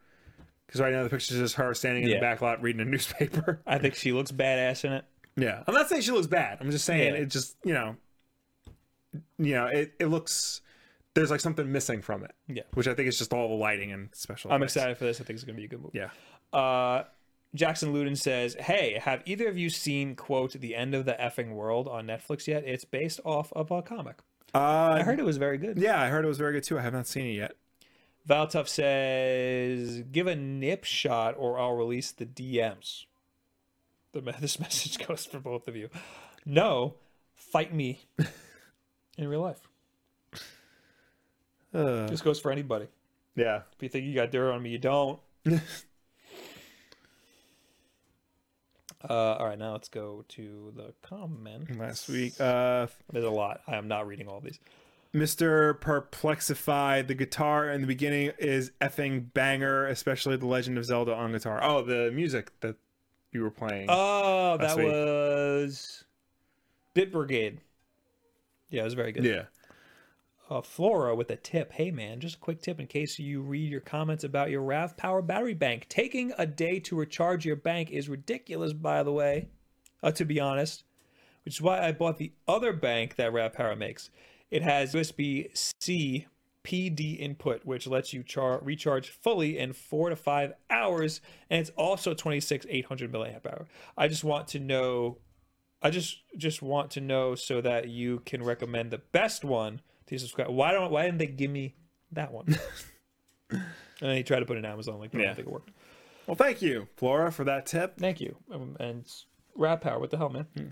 Because right now the picture's just her standing in
Yeah.
the back lot reading a newspaper.
I think she looks badass in it.
Yeah, I'm not saying she looks bad. I'm just saying
Yeah.
it just you know, you know it, it looks there's like something missing from it.
Yeah.
which I think is just all the lighting and special.
I'm
effects.
excited for this. I think it's going to be a good movie.
Yeah,
Uh, Jackson Luden says, Hey, have either of you seen, quote, The End of the Effing World on Netflix yet? It's based off of a comic.
uh,
I heard it was very good.
yeah, I heard it was very good too. I have not seen it yet.
Valtuff says, "Give a nip shot, or I'll release the DMs." The me- this message goes for both of you. No, fight me in real life.
Uh,
This goes for anybody.
yeah,
If you think you got dirt on me, you don't. Uh, all right, now let's go to the comment.
last week, uh,
There's a lot. I am not reading all these.
Mr. Perplexify, the guitar in the beginning is effing banger, especially the Legend of Zelda on guitar. Oh, the music that you were playing.
Oh,
Last
that
week.
was Bit Brigade. Yeah, it was very good.
yeah.
uh, Flora with a tip. Hey, man, just a quick tip in case you read your comments about your RAV Power battery bank. Taking a day to recharge your bank is ridiculous, by the way, uh, to be honest, which is why I bought the other bank that RAV Power makes. It has USB C PD input, which lets you char- recharge fully in four to five hours, and it's also 26 800 milliamp hour. I just want to know I just just want to know so that you can recommend the best one to subscribe. Why don't why didn't they give me that one? and then he tried to put it in Amazon like, but I
Yeah.
don't think it worked.
Well, thank you, Flora, for that tip.
Thank you. Um, and Rap Power, what the hell, man?
Hmm.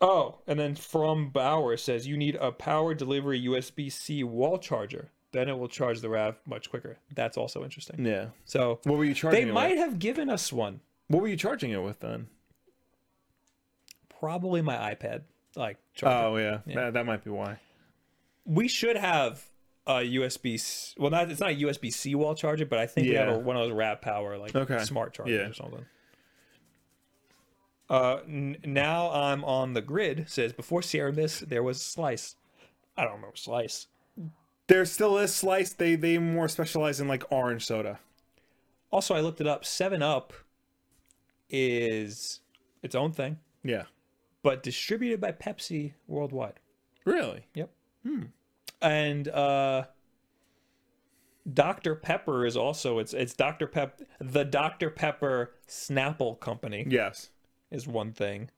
Oh, and then from Bauer says you need a power delivery USB C wall charger. Then it will charge the RAV much quicker. That's also interesting.
Yeah.
So
What were you Hmm. charging?
they
it
might
With?
have given us one.
What were you charging it with then?
Probably my iPad. Like charger.
Oh yeah, That, that might be why.
we should have a USB. c- Well, not it's not a USB C wall charger, but I think we
Yeah.
have a, one of those Rad Power like
Okay.
smart chargers
Yeah.
or something. Uh, n- now I'm on the grid. Says before Sierra Miss, there was Slice. I don't remember Slice.
There still is slice. They they more specialize in like orange soda.
Also, I looked it up. Seven Up is its own thing,
Yeah.
but distributed by Pepsi worldwide.
Really?
Yep. And uh Dr. Pepper is also it's it's Dr. Pep the Dr. Pepper Snapple Company
Yes.
is one thing.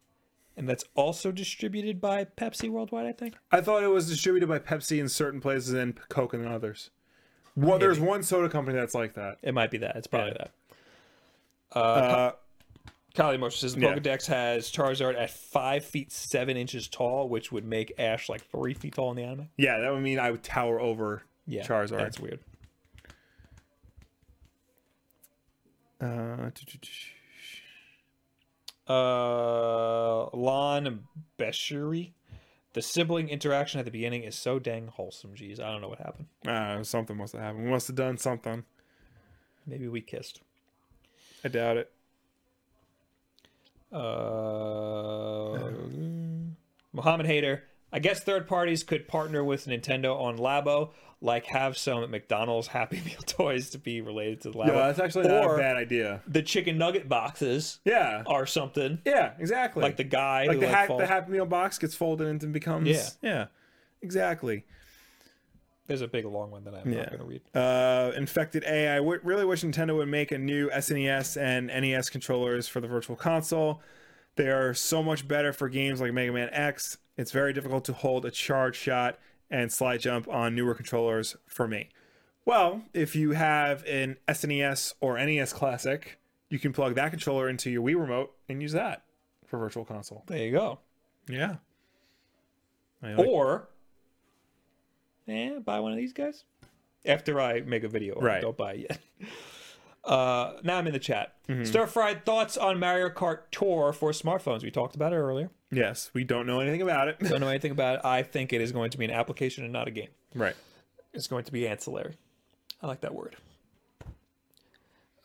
And that's also distributed by Pepsi worldwide, I think.
I thought it was distributed by Pepsi in certain places and Coke in others. Well, there's one soda company that's like that.
It might be that. It's probably that.
Uh,
Kylie Motion says the
Yeah.
Pokedex has Charizard at five feet seven inches tall, which would make Ash like three feet tall in the anime.
yeah, that would mean I would tower over
Yeah.
Charizard.
That's weird.
Uh, tch, tch, tch.
uh Lon Beshery. The sibling interaction at the beginning is so dang wholesome. Jeez, I don't know what happened.
Uh, something must have happened. We must have done something.
Maybe we kissed.
I doubt it.
Uh, Muhammad Hader. I guess third parties could partner with Nintendo on Labo, like have some McDonald's Happy Meal toys to be related to the Labo.
Yeah, that's actually not
or
a bad idea.
the chicken nugget boxes
Yeah.
or something.
Yeah, exactly.
Like the guy
like
who
the,
like,
hack,
falls-
the Happy Meal box gets folded into and becomes.
Yeah.
Yeah. Exactly.
There's a big long one that I'm
Yeah.
not going to read.
Uh, infected AI. W- really wish Nintendo would make a new SNES and NES controllers for the Virtual Console. They are so much better for games like Mega Man X. It's very difficult to hold a charge shot and slide jump on newer controllers for me. Well, if you have an SNES or NES Classic, you can plug that controller into your Wii Remote and use that for Virtual Console.
There you go.
Yeah. I like-
or eh, buy one of these guys after I make a video.
Right.
Don't buy it yet. Uh, now I'm in the chat. Stir fried thoughts on Mario Kart Tour for smartphones. We talked about it earlier.
yes, we don't know anything about it.
Don't know anything about it. I think it is going to be an application and not a game.
right.
It's going to be ancillary. I like that word.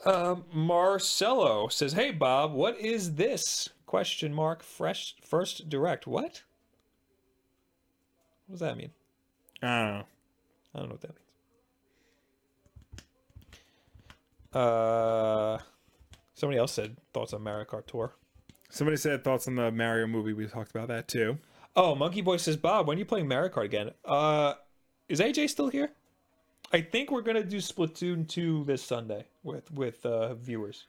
Um, Marcelo says, "Hey Bob, what is this?" Question mark. Fresh first direct. What? What does that mean?
I don't know.
I don't know what that means. Uh, somebody else said thoughts on Mario Kart Tour.
Somebody said thoughts on the Mario movie. We talked about that too.
Oh, Monkey Boy says, Bob, when are you playing Mario Kart again? Uh, is AJ still here? I think we're gonna do Splatoon two this Sunday with with uh, viewers.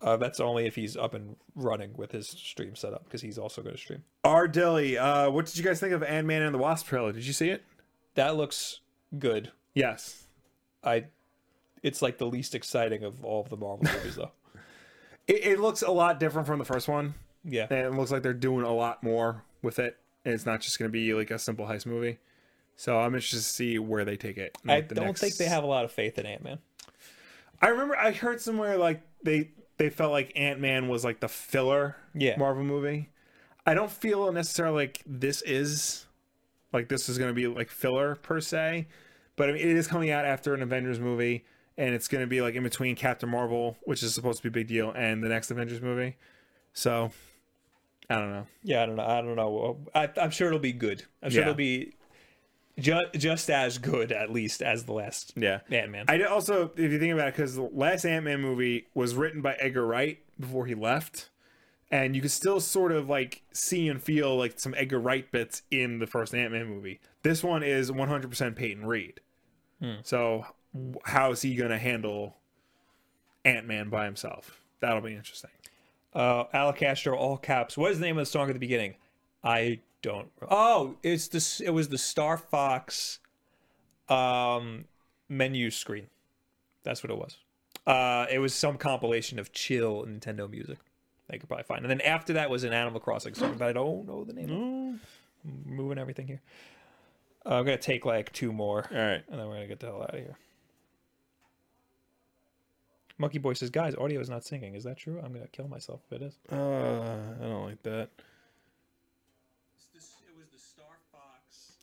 Uh, that's only if he's up and running with his stream setup because he's also going to stream.
R. Dilly, uh, what did you guys think of Ant Man and the Wasp trailer? Did you see it?
That looks good.
Yes.
I, it's like the least exciting of all of the Marvel movies though.
It, it looks a lot different from the first one.
Yeah.
And it looks like they're doing a lot more with it. And it's not just going to be like a simple heist movie. So I'm interested to see where they take it. and
I
what the
don't think
next-
they have a lot of faith in Ant Man.
I remember I heard somewhere like they they felt like Ant Man was like the filler
Yeah.
Marvel movie. I don't feel necessarily like this is like this is going to be like filler per se, but I mean, it is coming out after an Avengers movie and it's going to be like in between Captain Marvel, which is supposed to be a big deal, and the next Avengers movie. So I don't know.
Yeah, I don't know. I don't know. I, I'm sure it'll be good. I'm sure
Yeah.
it'll be ju- just as good, at least, as the last
Yeah.
Ant Man.
I did- also, if you think about it, because the last Ant Man movie was written by Edgar Wright before he left, and you could still sort of like see and feel like some Edgar Wright bits in the first Ant Man movie. This one is 100% Peyton Reed. So, w- how is he going to handle Ant Man by himself? That'll be interesting.
Uh, Alacastro, all caps. What is the name of the song at the beginning? I don't. Oh, it's this. It was the Star Fox, um, menu screen. That's what it was. Uh, it was some compilation of chill Nintendo music. I could probably find. And then after that was an Animal Crossing song that I don't know the name. of. I'm moving everything here. Uh, I'm gonna take like two more,
All right.
and then we're gonna get the hell out of here. Monkey Boy says, "Guys, audio is not syncing. Is that true? I'm gonna kill myself if it is."
Uh, I don't like that.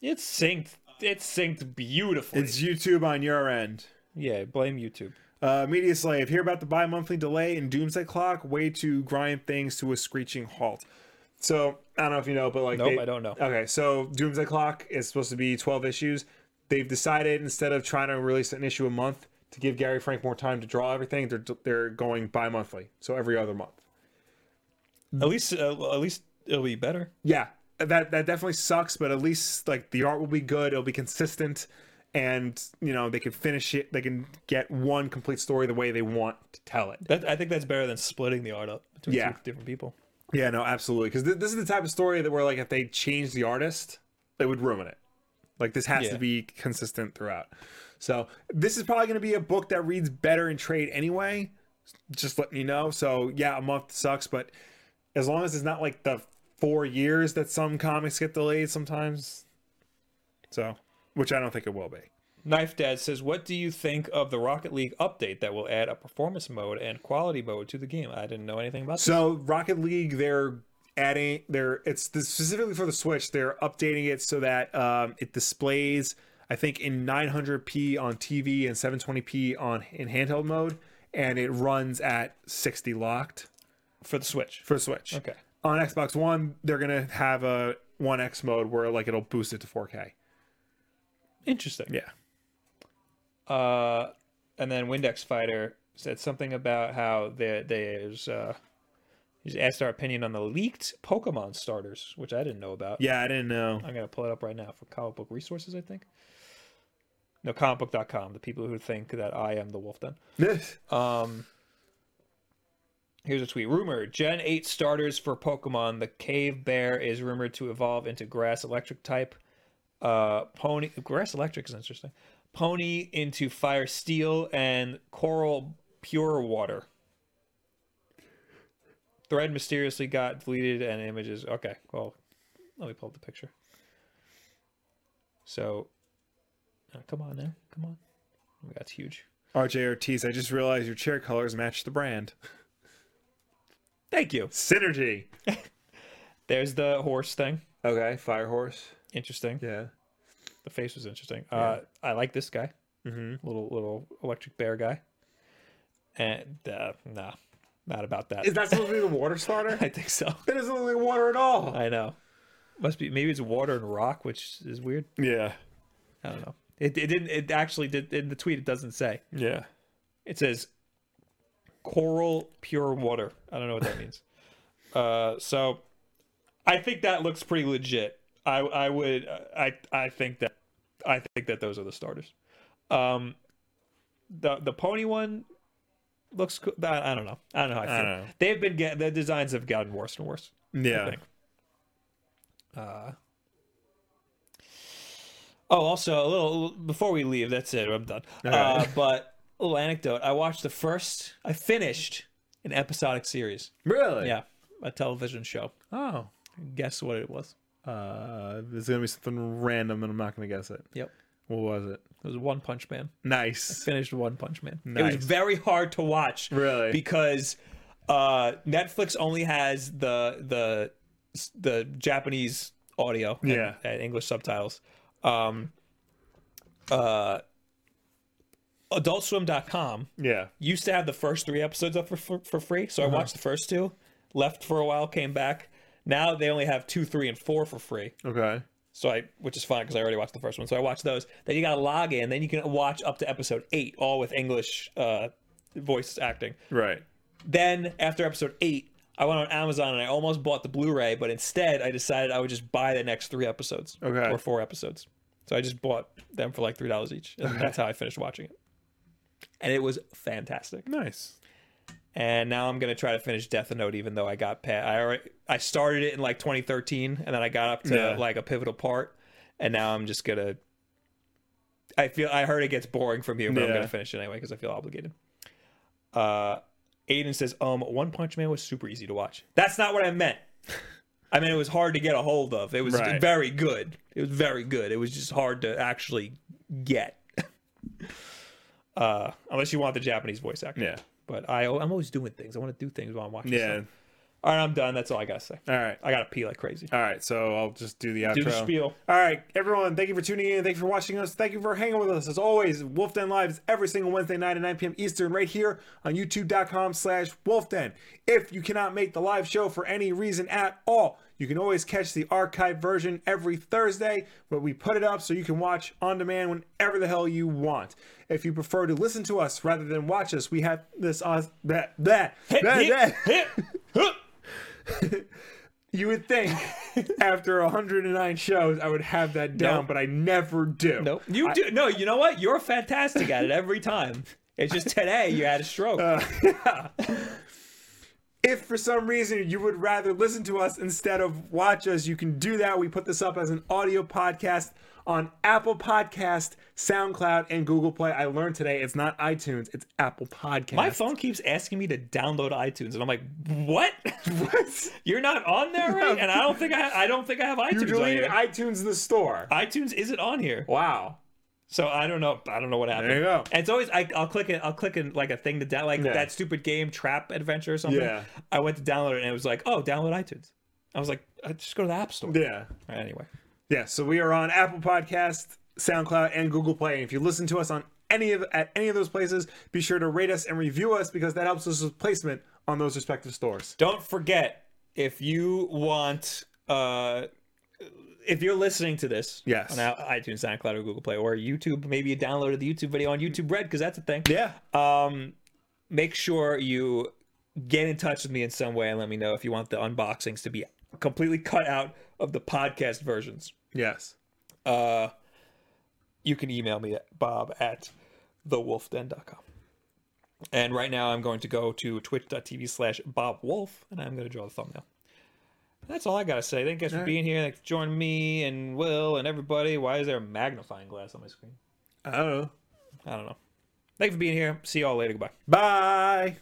It's synced. It's synced beautifully.
It's YouTube on your end.
yeah, blame YouTube.
Uh, Media Slave, hear about the bi monthly delay in Doomsday Clock, way to grind things to a screeching halt. So, I don't know if you know, but like.
Nope, I don't know.
Okay, so Doomsday Clock is supposed to be 12 issues. They've decided instead of trying to release an issue a month to give Gary Frank more time to draw everything, they're, they're going bi monthly. So, every other month.
At least, uh, at least it'll be better.
Yeah, that, that definitely sucks, but at least like the art will be good, it'll be consistent, and, you know, they can finish it, they can get one complete story the way they want to tell it.
That I think that's better than splitting the art up between
Yeah.
two different people.
Yeah, no, absolutely. Because th- this is the type of story that where like if they change the artist, they would ruin it. Like this has
Yeah.
to be consistent throughout. So this is probably going to be a book that reads better in trade anyway. Just letting you know. So yeah, a month sucks, but as long as it's not like the four years that some comics get delayed sometimes. So, which I don't think it will be.
Knife Dad says, "What do you think of the Rocket League update that will add a performance mode and quality mode to the game?" I didn't know anything about that.
So Rocket League, they're adding they're it's the, specifically for the Switch. They're updating it so that um, it displays, I think, in 900p on TV and 720p on in handheld mode, and it runs at 60 locked
for the Switch.
for Switch.
Okay.
On Xbox One, they're gonna have a One X mode where like it'll boost it to 4K.
Interesting.
Yeah.
Uh, and then Windex Fighter said something about how there there's uh, he's asked our opinion on the leaked Pokemon starters, which I didn't know about.
Yeah, I didn't know.
I'm gonna pull it up right now for comic book resources, I think. No, comicbook.com, the people who think that I am the wolf den. Um Here's a tweet. Rumor Gen 8 starters for Pokemon. The cave bear is rumored to evolve into grass electric type. Uh pony grass electric is interesting. Pony into fire steel and coral pure water. Thread mysteriously got deleted and images. Okay, well, let me pull up the picture. So, oh, come on now, come on. Oh my God, it's huge.
RJ Ortiz, I just realized your chair colors match the brand.
Thank you.
Synergy.
There's the horse thing.
Okay, Fire Horse.
Interesting.
Yeah.
The face was interesting. Uh, I like this guy,
Mm-hmm.
little little electric bear guy. And uh, nah, not about that.
Is that supposed to be the water starter?
I think so.
That doesn't look like water at all.
I know. Must be maybe it's water and rock, which is weird.
Yeah.
I don't know. It, it didn't. It actually did in the tweet. It doesn't say.
Yeah.
It says coral pure water. I don't know what that means. uh, so I think that looks pretty legit. I I would I I think that I think that those are the starters. Um, the the pony one looks. Cool. I, I don't know. I don't know. How I feel.
I don't know.
They've been get the designs have gotten worse and worse.
Yeah.
think. Uh, oh, also a little before we leave. That's it. I'm done. Uh,
right.
but a little anecdote. I watched the first. I finished an episodic series.
Really?
Yeah, a television show.
Oh.
Guess what it was?
Uh, it's gonna be something random, and I'm not gonna guess it.
Yep,
What was it?
it was One Punch Man.
Nice.
Finished One Punch Man. It
Nice.
was very hard to watch.
Really?
because uh, Netflix only has the the the Japanese audio and,
Yeah.
and English subtitles. Um, uh, AdultSwim.com
Yeah.
used
Uh-huh.
to have the first three episodes up for for, for free, so I watched the first two, left for a while, came back. Now they only have two, three, and four for free.
Okay.
So I, which is fine because I already watched the first one. So I watched those. Then you got to log in. Then you can watch up to episode eight, all with English uh, voice acting.
Right.
Then after episode eight, I went on Amazon and I almost bought the Blu-ray, but instead I decided I would just buy the next three episodes
Okay.
or four episodes. So I just bought them for like three dollars each, and that's how I finished watching it. And it was fantastic.
Nice.
And now I'm gonna try to finish Death Note, even though I got pat. I already I started it in like 2013, and then I got up to
Yeah.
like a pivotal part, and now I'm just gonna. I feel I heard it gets boring from you, but I'm
Yeah.
gonna finish it anyway because I feel obligated. Uh, Aiden says, "Um, One Punch Man was super easy to watch. That's not what I meant. I mean, it was hard to get a hold of. It was
Right.
very good. It was very good. It was just hard to actually get. uh, unless you want the Japanese voice actor.
Yeah.
But I, I'm always doing things. I want to do things while I'm watching.
Yeah.
stuff. All right, I'm done. That's all I gotta say.
All right.
I gotta pee like crazy.
All right. So I'll just do the outro.
Do the spiel.
All right, everyone, thank you for tuning in. Thank you for watching us. Thank you for hanging with us. As always, Wolf Den Live is every single Wednesday night at 9 p.m. Eastern right here on youtube.com slash wolfden. If you cannot make the live show for any reason at all, you can always catch the archive version every Thursday, but we put it up so you can watch on demand whenever the hell you want. If you prefer to listen to us rather than watch us, we have this on that that that you would think after 109 shows I would have that down,
Nope.
but I never do.
Nope. You do. No, you know what? You're fantastic at it every time. It's just today you had a stroke.
Uh. If for some reason you would rather listen to us instead of watch us, you can do that. We put this up as an audio podcast on Apple Podcast, SoundCloud, and Google Play. I learned today it's not iTunes, it's Apple Podcast.
My phone keeps asking me to download iTunes, and I'm like, "What?
What?
You're not on there, right? And I don't think I, I don't think I have
You
iTunes on
deleted
here.
iTunes in the store.
iTunes isn't on here,
Wow.
so I don't know. I don't know what happened.
There you go.
And it's always I, I'll click it. I'll click in like a thing to down, like
Yeah.
that stupid game Trap Adventure or something.
Yeah.
I went to download it, and it was like, "Oh, download iTunes." I was like, I "Just go to the App Store."
Yeah.
Anyway,
Yeah, so we are on Apple Podcast, SoundCloud, and Google Play. And if you listen to us on any of at any of those places, be sure to rate us and review us because that helps us with placement on those respective stores.
don't forget if you want, uh, if you're listening to this,
Yes.
on i- iTunes, SoundCloud, or Google Play, or YouTube, maybe you downloaded the YouTube video on YouTube Red because that's a thing.
Yeah.
Um, make sure you get in touch with me in some way and let me know if you want the unboxings to be completely cut out of the podcast versions.
Yes.
uh, you can email me at bob at thewolfden.com. And right now I'm going to go to twitch.tv slash bobwolf, and I'm going to draw the thumbnail. That's all I got to say. Thank you guys for being here. Thanks for joining me and Will and everybody. Why is there a magnifying glass on my screen?
Oh.
I don't know. Thank you for being here. See you all later. Goodbye.
Bye.